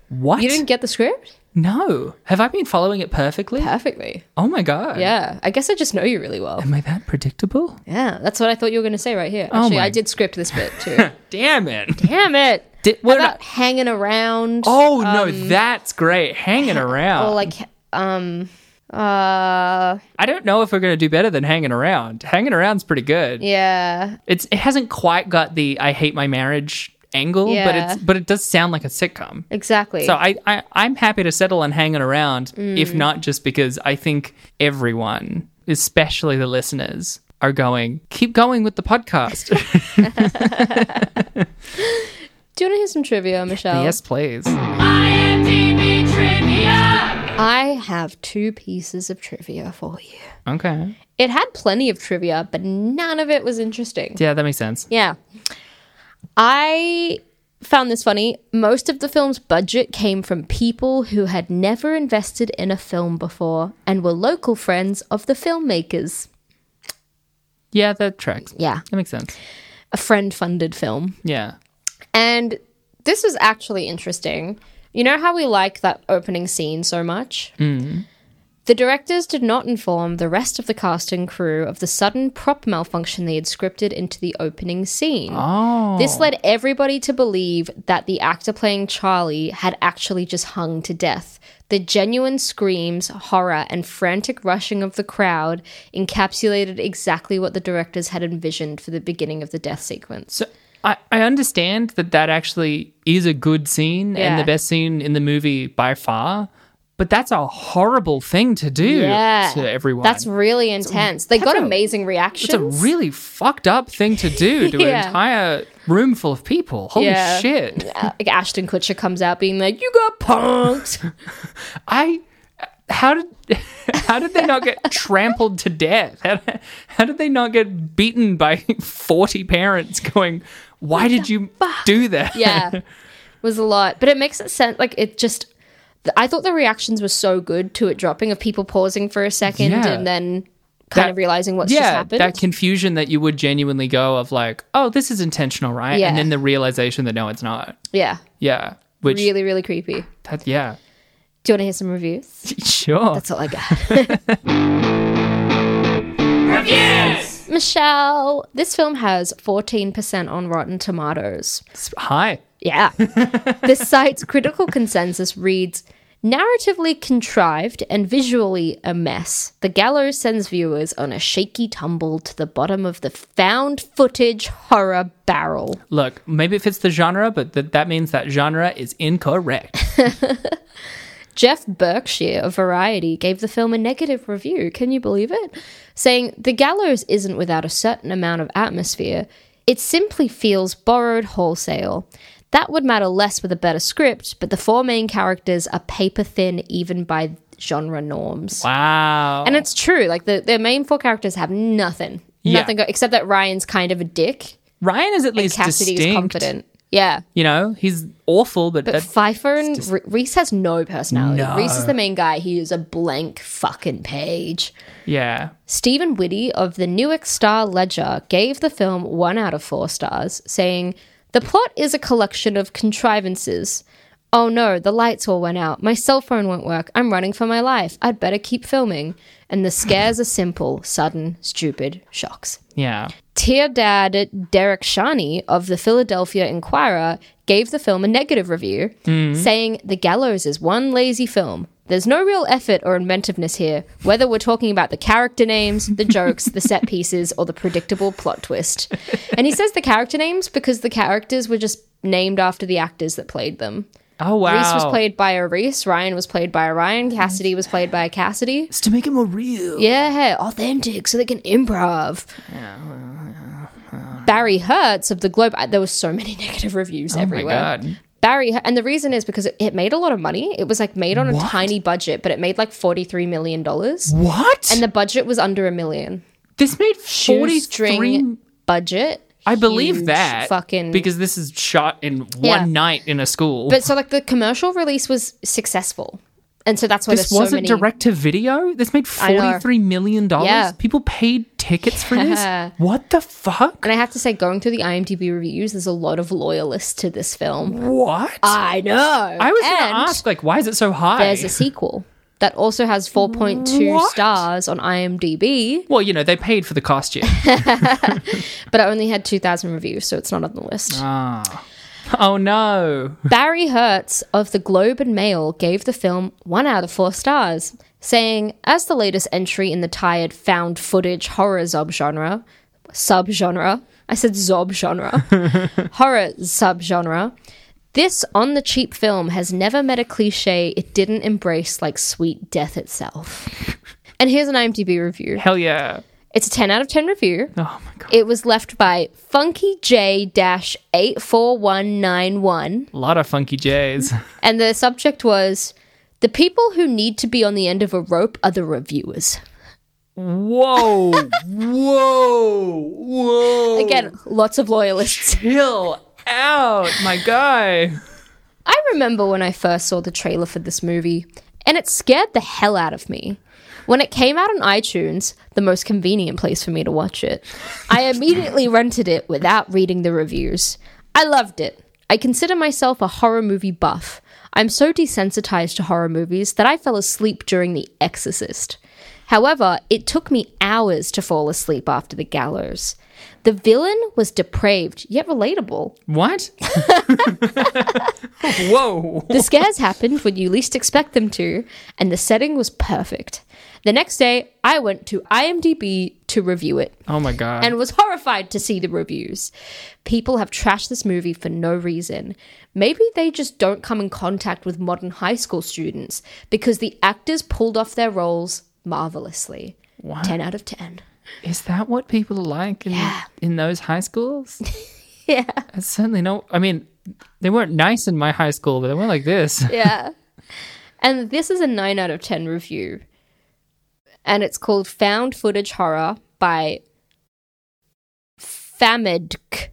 [SPEAKER 2] What?
[SPEAKER 1] You didn't get the script?
[SPEAKER 2] no, have I been following it perfectly?
[SPEAKER 1] Perfectly.
[SPEAKER 2] oh my god.
[SPEAKER 1] Yeah. I guess I just know you really well.
[SPEAKER 2] Am I that predictable?
[SPEAKER 1] Yeah. That's what I thought you were going to say right here. Actually,
[SPEAKER 2] my-
[SPEAKER 1] I did script this bit too.
[SPEAKER 2] Damn it.
[SPEAKER 1] Damn it.
[SPEAKER 2] Did-
[SPEAKER 1] What
[SPEAKER 2] what did I-
[SPEAKER 1] about hanging around?
[SPEAKER 2] oh no, that's great. Hanging around.
[SPEAKER 1] Or like, um, uh,
[SPEAKER 2] I don't know if we're gonna do better than hanging around. Hanging around's pretty good.
[SPEAKER 1] yeah.
[SPEAKER 2] it's it hasn't quite got the I hate my marriage angle, but
[SPEAKER 1] Yeah.
[SPEAKER 2] it's but it does sound like a sitcom.
[SPEAKER 1] Exactly.
[SPEAKER 2] So I, I I'm happy to settle on hanging around, if
[SPEAKER 1] Mm.
[SPEAKER 2] not just because I think everyone, especially the listeners, are going keep going with the podcast.
[SPEAKER 1] Do you want to hear some trivia, Michelle?
[SPEAKER 2] yes, please.
[SPEAKER 1] I have two pieces of trivia for you.
[SPEAKER 2] Okay.
[SPEAKER 1] It had plenty of trivia, but none of it was interesting.
[SPEAKER 2] Yeah, that makes sense.
[SPEAKER 1] Yeah. I found this funny. Most of the film's budget came from people who had never invested in a film before and were local friends of the filmmakers.
[SPEAKER 2] Yeah, that tracks.
[SPEAKER 1] Yeah.
[SPEAKER 2] That makes sense.
[SPEAKER 1] A friend funded film.
[SPEAKER 2] Yeah.
[SPEAKER 1] And this was actually interesting. You know how we like that opening scene so much? Mm. The directors did not inform the rest of the cast and crew of the sudden prop malfunction they had scripted into the opening scene.
[SPEAKER 2] Oh.
[SPEAKER 1] This led everybody to believe that the actor playing Charlie had actually just hung to death. The genuine screams, horror, and frantic rushing of the crowd encapsulated exactly what the directors had envisioned for the beginning of the death sequence.
[SPEAKER 2] So I, I understand that that actually is a good scene and
[SPEAKER 1] Yeah.
[SPEAKER 2] the best scene in the movie by far, but that's a horrible thing to do
[SPEAKER 1] Yeah.
[SPEAKER 2] to everyone.
[SPEAKER 1] That's really intense. They got
[SPEAKER 2] that's a-
[SPEAKER 1] amazing reactions.
[SPEAKER 2] mm, it's a really fucked up thing to do to an
[SPEAKER 1] Yeah.
[SPEAKER 2] entire room full of people. Holy
[SPEAKER 1] Yeah.
[SPEAKER 2] shit.
[SPEAKER 1] Uh, like Ashton Kutcher comes out being like, "You got punked."
[SPEAKER 2] I how did how did they not get trampled to death? How, how did they not get beaten by 40 parents going, "Why did you do that?"
[SPEAKER 1] yeah, it was a lot, but it makes it sense. Like it just, th- I thought the reactions were so good to it dropping of people pausing for a second
[SPEAKER 2] Yeah.
[SPEAKER 1] and then kind
[SPEAKER 2] That-
[SPEAKER 1] of realizing what's just happened.
[SPEAKER 2] that confusion that you would genuinely go of like, oh, this is intentional, right?
[SPEAKER 1] Yeah.
[SPEAKER 2] And then the realization that no, it's not.
[SPEAKER 1] yeah,
[SPEAKER 2] Yeah, which
[SPEAKER 1] really, really creepy.
[SPEAKER 2] that yeah,
[SPEAKER 1] Do you want to hear some reviews?
[SPEAKER 2] sure.
[SPEAKER 1] That's all I got. reviews. Michelle, this film has 14% on Rotten Tomatoes.
[SPEAKER 2] It's high.
[SPEAKER 1] Yeah. the site's critical consensus reads narratively contrived and visually a mess. The gallows sends viewers on a shaky tumble to the bottom of the found footage horror barrel.
[SPEAKER 2] Look, maybe it fits the genre, but th- that means that genre is incorrect.
[SPEAKER 1] Jeff Berkshire of Variety gave the film a negative review. Can you believe it? Saying, The Gallows isn't without a certain amount of atmosphere. It simply feels borrowed wholesale. That would matter less with a better script, but the four main characters are paper thin even by genre norms.
[SPEAKER 2] wow.
[SPEAKER 1] And it's true. Like, the, the main four characters have nothing.
[SPEAKER 2] Yeah.
[SPEAKER 1] Nothing go- except that Ryan's kind of a dick.
[SPEAKER 2] Ryan is at least
[SPEAKER 1] Cassidy's
[SPEAKER 2] distinct.
[SPEAKER 1] confident. Yeah.
[SPEAKER 2] You know, he's awful, but,
[SPEAKER 1] But
[SPEAKER 2] that,
[SPEAKER 1] Pfeiffer and Re- Reese has no personality.
[SPEAKER 2] No.
[SPEAKER 1] Reese is the main guy. He is a blank fucking page.
[SPEAKER 2] yeah,
[SPEAKER 1] Stephen Whitty of the Newark Star Ledger gave the film one out of four stars, saying, The plot is a collection of contrivances. Oh no, the lights all went out. My cell phone won't work. I'm running for my life. I'd better keep filming. And the scares are simple, sudden, stupid shocks.
[SPEAKER 2] yeah.
[SPEAKER 1] Teardad Derek Shani of the Philadelphia Inquirer gave the film a negative review, saying The Gallows is one lazy film. There's no real effort or inventiveness here, whether we're talking about the character names, the jokes, the set pieces, or the predictable plot twist. And he says the character names because the characters were just named after the actors that played them.
[SPEAKER 2] Oh wow,
[SPEAKER 1] Reese was played by a Reese, Ryan was played by a Ryan, Cassidy was played by a Cassidy.
[SPEAKER 3] It's to make it more real.
[SPEAKER 1] Yeah, authentic, so they can improv. Barry Hertz of the Globe. I- There were so many negative reviews
[SPEAKER 2] Oh my
[SPEAKER 1] everywhere.
[SPEAKER 2] god,
[SPEAKER 1] Barry, Her- and the reason is because it, it made a lot of money. It was like made on a tiny budget, but it made like forty three million dollars,
[SPEAKER 2] what?
[SPEAKER 1] and the budget was under a million.
[SPEAKER 2] this made forty three.
[SPEAKER 1] Shoestring budget.
[SPEAKER 2] I believe
[SPEAKER 1] Huge
[SPEAKER 2] that
[SPEAKER 1] fucking
[SPEAKER 2] because this is shot in one
[SPEAKER 1] Yeah.
[SPEAKER 2] night in a school.
[SPEAKER 1] But so like the commercial release was successful, and so that's why
[SPEAKER 2] this
[SPEAKER 1] there's so
[SPEAKER 2] wasn't
[SPEAKER 1] many.
[SPEAKER 2] direct to video. This made
[SPEAKER 1] I know.
[SPEAKER 2] forty three million dollars.
[SPEAKER 1] Yeah.
[SPEAKER 2] People paid tickets for
[SPEAKER 1] Yeah.
[SPEAKER 2] this. What the fuck?
[SPEAKER 1] and I have to say, going through the IMDb reviews, there's a lot of loyalists to this film.
[SPEAKER 2] What?
[SPEAKER 1] I know.
[SPEAKER 2] I was going
[SPEAKER 1] Uh, and
[SPEAKER 2] to ask, like, why is it so high?
[SPEAKER 1] There's a sequel that also has 4.2
[SPEAKER 2] What?
[SPEAKER 1] stars on IMDb,
[SPEAKER 2] well, you know, they paid for the costume.
[SPEAKER 1] but it only had 2,000 reviews, so it's not on the list.
[SPEAKER 2] oh no!
[SPEAKER 1] Barry Hertz of the Globe and Mail gave the film one out of four stars, saying, as the latest entry in the tired found footage horror subgenre, subgenre, I said zob genre, horror subgenre, this on the cheap film has never met a cliche it didn't embrace like sweet death itself. And here's an IMDb review.
[SPEAKER 2] Hell yeah!
[SPEAKER 1] It's a 10 out of 10 review.
[SPEAKER 2] Oh my god!
[SPEAKER 1] It was left by Funky J 84191.
[SPEAKER 2] A lot of funky J's.
[SPEAKER 1] And the subject was The people who need to be on the end of a rope are the reviewers.
[SPEAKER 2] Whoa! Whoa! Whoa!
[SPEAKER 1] Again, lots of loyalists.
[SPEAKER 2] Chill out, my guy.
[SPEAKER 1] I remember when I first saw the trailer for this movie, and it scared the hell out of me. When it came out on iTunes, the most convenient place for me to watch it, I immediately rented it without reading the reviews. I loved it. I consider myself a horror movie buff. I'm so desensitized to horror movies that I fell asleep during The Exorcist. However, it took me hours to fall asleep after The Gallows. The villain was depraved, yet relatable.
[SPEAKER 2] What? Whoa!
[SPEAKER 1] The scares happened when you least expect them to, and the setting was perfect. The next day, I went to IMDb to review it
[SPEAKER 2] Oh my god!
[SPEAKER 1] and was horrified to see the reviews. People have trashed this movie for no reason. Maybe they just don't come in contact with modern high school students because the actors pulled off their roles marvelously. 10 out of 10.
[SPEAKER 2] Is that what people are like in in those high schools?
[SPEAKER 1] Yeah.
[SPEAKER 2] I certainly know. I mean, they weren't nice in my high school, but they weren't like this.
[SPEAKER 1] yeah. And this is a 9 out of 10 review. And it's called Found Footage Horror by Famedk.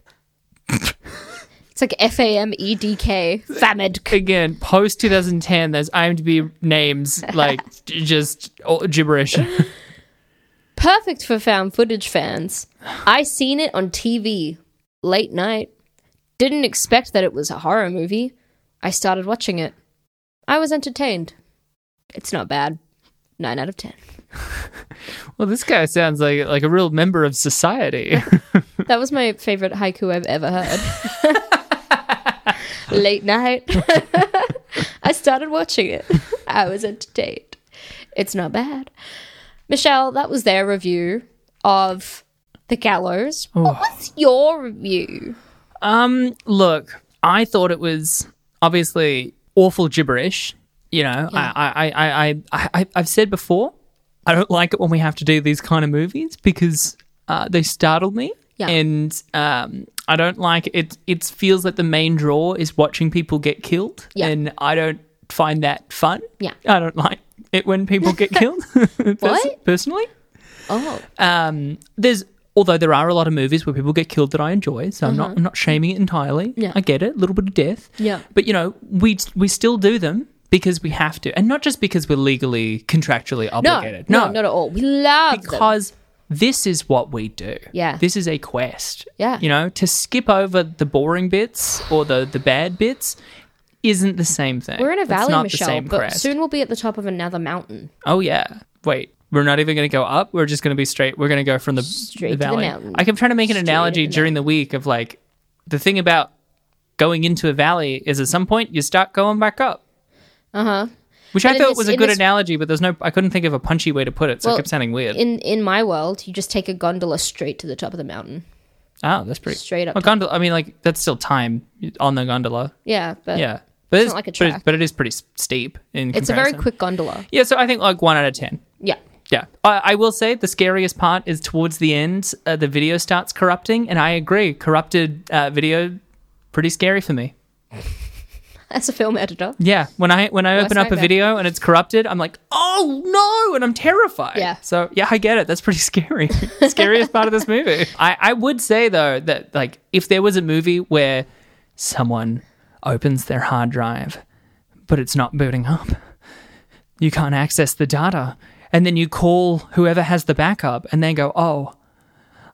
[SPEAKER 1] it's like F A M E D K. Famedk.
[SPEAKER 2] Again, post 2010, those IMDb names like j- just all gibberish.
[SPEAKER 1] Perfect for found footage fans. I seen it on TV late night. Didn't expect that it was a horror movie. I started watching it. I was entertained. It's not bad. 9 out of 10.
[SPEAKER 2] Well, this guy sounds like like a real member of society.
[SPEAKER 1] That was my favorite haiku I've ever heard. Late night. I started watching it. I was entertained. It's not bad. Michelle, that was their review of The Gallows. What was your review?
[SPEAKER 2] Um, look, I thought it was obviously awful gibberish. You know, I, I, I, I, I, I, I've said before, I don't like it when we have to do these kind of movies because uh, they startle me,
[SPEAKER 1] Yeah.
[SPEAKER 2] and um, I don't like it. It feels like the main draw is watching people get killed,
[SPEAKER 1] Yeah.
[SPEAKER 2] and I don't find that fun.
[SPEAKER 1] Yeah.
[SPEAKER 2] I don't like it when people get killed. pers-
[SPEAKER 1] What?
[SPEAKER 2] Personally,
[SPEAKER 1] Oh,
[SPEAKER 2] um, there's Although there are a lot of movies where people get killed that I enjoy, so I'm not I'm not shaming it entirely.
[SPEAKER 1] Mm-hmm. Yeah.
[SPEAKER 2] I get it, a little bit of death.
[SPEAKER 1] Yeah.
[SPEAKER 2] But you know, we we still do them because we have to, and not just because we're legally contractually
[SPEAKER 1] No,
[SPEAKER 2] obligated.
[SPEAKER 1] no, not at all. We love them.
[SPEAKER 2] because this is what we do.
[SPEAKER 1] Yeah.
[SPEAKER 2] This is a quest.
[SPEAKER 1] Yeah.
[SPEAKER 2] You know, to skip over the boring bits or the the bad bits isn't the same thing.
[SPEAKER 1] We're in a
[SPEAKER 2] It's
[SPEAKER 1] valley,
[SPEAKER 2] not the
[SPEAKER 1] Michelle,
[SPEAKER 2] same
[SPEAKER 1] but
[SPEAKER 2] crest.
[SPEAKER 1] soon we'll be at the top of another mountain.
[SPEAKER 2] Oh yeah. Wait. We're not even going to go up. We're just going to be straight. We're going to go from the
[SPEAKER 1] Straight to the
[SPEAKER 2] valley.
[SPEAKER 1] mountain.
[SPEAKER 2] I kept trying to make an
[SPEAKER 1] Straight to
[SPEAKER 2] analogy
[SPEAKER 1] the
[SPEAKER 2] during the week of like the thing about going into a valley is at some point you start going back up.
[SPEAKER 1] Uh huh.
[SPEAKER 2] Which
[SPEAKER 1] But
[SPEAKER 2] I
[SPEAKER 1] in
[SPEAKER 2] thought
[SPEAKER 1] this-
[SPEAKER 2] was a
[SPEAKER 1] in
[SPEAKER 2] good
[SPEAKER 1] this-
[SPEAKER 2] analogy, but there's no. I couldn't think of a punchy way to put it, so
[SPEAKER 1] Well,
[SPEAKER 2] it kept sounding weird.
[SPEAKER 1] In in my world, you just take a gondola straight to the top of the mountain.
[SPEAKER 2] oh, that's pretty
[SPEAKER 1] straight up
[SPEAKER 2] Well,
[SPEAKER 1] top.
[SPEAKER 2] gondola. I mean, like that's still time on the gondola.
[SPEAKER 1] Yeah, but
[SPEAKER 2] Yeah, but
[SPEAKER 1] it's not like a
[SPEAKER 2] but it-
[SPEAKER 1] track.
[SPEAKER 2] But, it is pretty s- steep in.
[SPEAKER 1] it's a very
[SPEAKER 2] comparison.
[SPEAKER 1] quick gondola.
[SPEAKER 2] Yeah, so I think like one out of ten.
[SPEAKER 1] Yeah.
[SPEAKER 2] Yeah, I, I will say the scariest part is towards the end. Uh, the video starts corrupting, and I agree. Corrupted uh, video, pretty scary for me.
[SPEAKER 1] As a film editor.
[SPEAKER 2] Yeah, when I when I
[SPEAKER 1] Worst
[SPEAKER 2] open up a
[SPEAKER 1] nightmare.
[SPEAKER 2] video and it's corrupted, I'm like, oh no, and I'm terrified.
[SPEAKER 1] Yeah.
[SPEAKER 2] So yeah, I get it. That's pretty scary. Scariest part of this movie. I I would say though that like if there was a movie where someone opens their hard drive, but it's not booting up, you can't access the data, and then you call whoever has the backup, and they go, oh,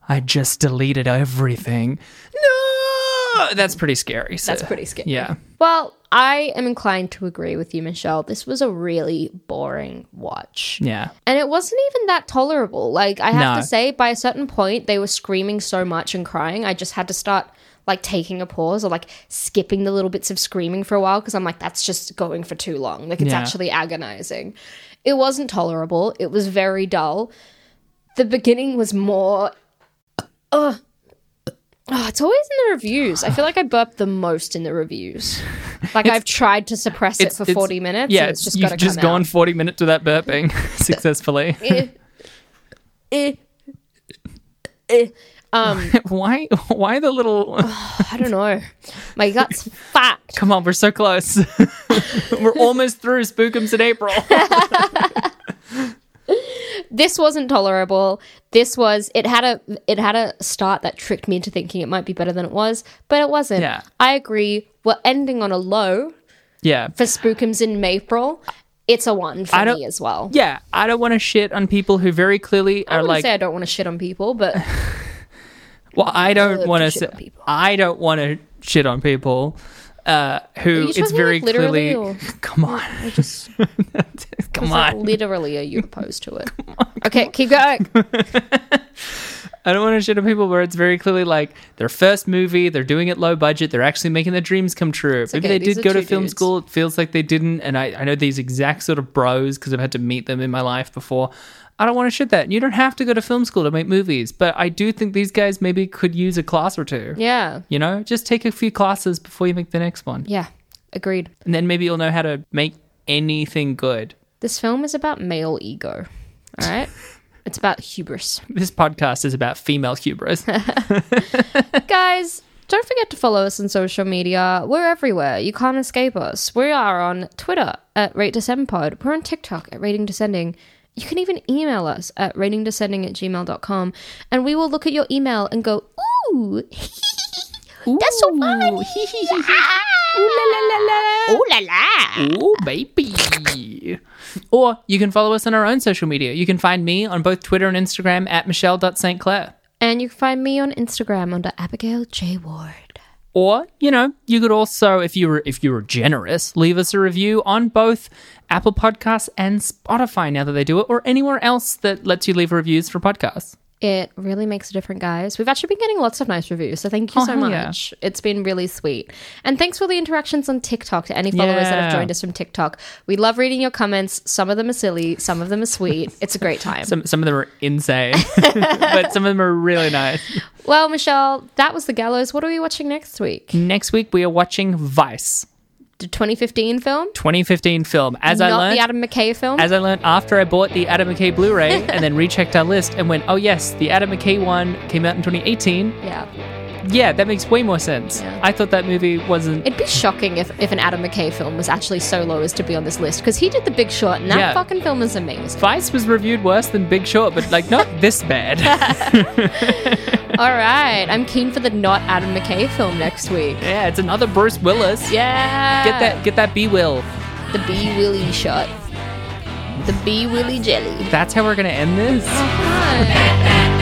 [SPEAKER 2] I just deleted everything. No, that's pretty scary. So,
[SPEAKER 1] That's pretty scary.
[SPEAKER 2] Yeah.
[SPEAKER 1] Well, I am inclined to agree with you, Michelle. This was a really boring watch.
[SPEAKER 2] Yeah.
[SPEAKER 1] And it wasn't even that tolerable. Like I have
[SPEAKER 2] No.
[SPEAKER 1] to say, by a certain point, they were screaming so much and crying. I just had to start like taking a pause or like skipping the little bits of screaming for a while because I'm like, that's just going for too long. Like it's
[SPEAKER 2] Yeah.
[SPEAKER 1] actually agonizing. It wasn't tolerable. It was very dull. The beginning was more. Ugh. Oh, it's always in the reviews. I feel like I burp the most in the reviews. Like I've tried to suppress it
[SPEAKER 2] it's-
[SPEAKER 1] for
[SPEAKER 2] it's-
[SPEAKER 1] 40 minutes.
[SPEAKER 2] Yeah,
[SPEAKER 1] and it's
[SPEAKER 2] it's-
[SPEAKER 1] just
[SPEAKER 2] you've
[SPEAKER 1] gotta
[SPEAKER 2] just
[SPEAKER 1] come
[SPEAKER 2] gone
[SPEAKER 1] out.
[SPEAKER 2] 40 minutes without burping successfully.
[SPEAKER 1] Eh. Eh. Eh. Um,
[SPEAKER 2] why? Why the little?
[SPEAKER 1] I don't know. My gut's fucked.
[SPEAKER 2] Come on, we're so close. we're almost through Spookums in April.
[SPEAKER 1] This wasn't tolerable. This was it had a it had a start that tricked me into thinking it might be better than it was, but it wasn't.
[SPEAKER 2] Yeah.
[SPEAKER 1] I agree. We're ending on a low
[SPEAKER 2] yeah,
[SPEAKER 1] for Spookums in April. It's a one for
[SPEAKER 2] I don't-
[SPEAKER 1] me as well.
[SPEAKER 2] yeah. I don't want to shit on people who very clearly
[SPEAKER 1] I
[SPEAKER 2] are
[SPEAKER 1] wouldn't
[SPEAKER 2] like.
[SPEAKER 1] say I don't want to shit on people, but
[SPEAKER 2] well, I
[SPEAKER 1] love
[SPEAKER 2] don't
[SPEAKER 1] to
[SPEAKER 2] want to.
[SPEAKER 1] shit
[SPEAKER 2] Say,
[SPEAKER 1] on people.
[SPEAKER 2] I don't want to shit on people. Uh, who
[SPEAKER 1] you
[SPEAKER 2] it's
[SPEAKER 1] talking,
[SPEAKER 2] very
[SPEAKER 1] like, literally,
[SPEAKER 2] clearly. Come on,
[SPEAKER 1] I just
[SPEAKER 2] come
[SPEAKER 1] like,
[SPEAKER 2] on.
[SPEAKER 1] literally are you opposed to it? Okay, keep going.
[SPEAKER 2] I don't want to shit on people where it's very clearly like their first movie, they're doing it low budget, they're actually making their dreams come true. Maybe
[SPEAKER 1] okay,
[SPEAKER 2] they
[SPEAKER 1] these
[SPEAKER 2] did
[SPEAKER 1] are
[SPEAKER 2] go to
[SPEAKER 1] two
[SPEAKER 2] film
[SPEAKER 1] dudes.
[SPEAKER 2] school, it feels like they didn't. And I, I know these exact sort of bros because I've had to meet them in my life before. I don't want to shit that. You don't have to go to film school to make movies, but I do think these guys maybe could use a class or two.
[SPEAKER 1] Yeah.
[SPEAKER 2] You know, just take a few classes before you make the next one.
[SPEAKER 1] Yeah. Agreed.
[SPEAKER 2] And then maybe you'll know how to make anything good.
[SPEAKER 1] This film is about male ego. All right. it's about hubris.
[SPEAKER 2] This podcast is about female hubris.
[SPEAKER 1] Guys, don't forget to follow us on social media. We're everywhere. You can't escape us. We are on Twitter at Rate Descend Pod. We're on TikTok at Rating Descending. You can even email us at ratingdescending at gmail.com and we will look at your email and go, ooh, that's so funny. Ah! Ooh la la.
[SPEAKER 2] Oh, baby. Or you can follow us on our own social media. You can find me on both Twitter and Instagram at michelle.stclair.
[SPEAKER 1] And you can find me on Instagram under Abigail J. Ward.
[SPEAKER 2] Or, you know, you could also, if you were if you were generous, leave us a review on both Apple Podcasts and Spotify now that they do it, or anywhere else that lets you leave reviews for podcasts.
[SPEAKER 1] It really makes a difference, guys. We've actually been getting lots of nice reviews, so thank you
[SPEAKER 2] Oh,
[SPEAKER 1] so
[SPEAKER 2] hell yeah.
[SPEAKER 1] much. It's been really sweet. And thanks for the interactions on TikTok to any followers that have
[SPEAKER 2] Yeah.
[SPEAKER 1] joined us from TikTok. We love reading your comments. Some of them are silly, some of them are sweet. It's a great time.
[SPEAKER 2] Some some of them are insane. but some of them are really nice.
[SPEAKER 1] well, Michelle, that was The Gallows. What are we watching next week?
[SPEAKER 2] Next week we are watching Vice,
[SPEAKER 1] The 2015 film?
[SPEAKER 2] 2015 film. As I
[SPEAKER 1] Not
[SPEAKER 2] learned
[SPEAKER 1] the Adam McKay film?
[SPEAKER 2] As I learned after I bought the Adam McKay Blu ray and then rechecked our list and went, oh, yes, the Adam McKay one came out in 2018.
[SPEAKER 1] yeah.
[SPEAKER 2] yeah, that makes way more sense.
[SPEAKER 1] Yeah.
[SPEAKER 2] I thought that movie wasn't.
[SPEAKER 1] It'd be shocking if, if an Adam McKay film was actually so low as to be on this list because he did The Big Short and that
[SPEAKER 2] Yeah.
[SPEAKER 1] fucking film is amazing.
[SPEAKER 2] Vice was reviewed worse than Big Short, but like not this bad.
[SPEAKER 1] All right, I'm keen for the not Adam McKay film next week.
[SPEAKER 2] yeah, it's another Bruce Willis.
[SPEAKER 1] Yeah,
[SPEAKER 2] Get that, get that B Will.
[SPEAKER 1] the B Willy shot, the B Willy jelly.
[SPEAKER 2] That's how we're gonna end this.
[SPEAKER 1] Alright.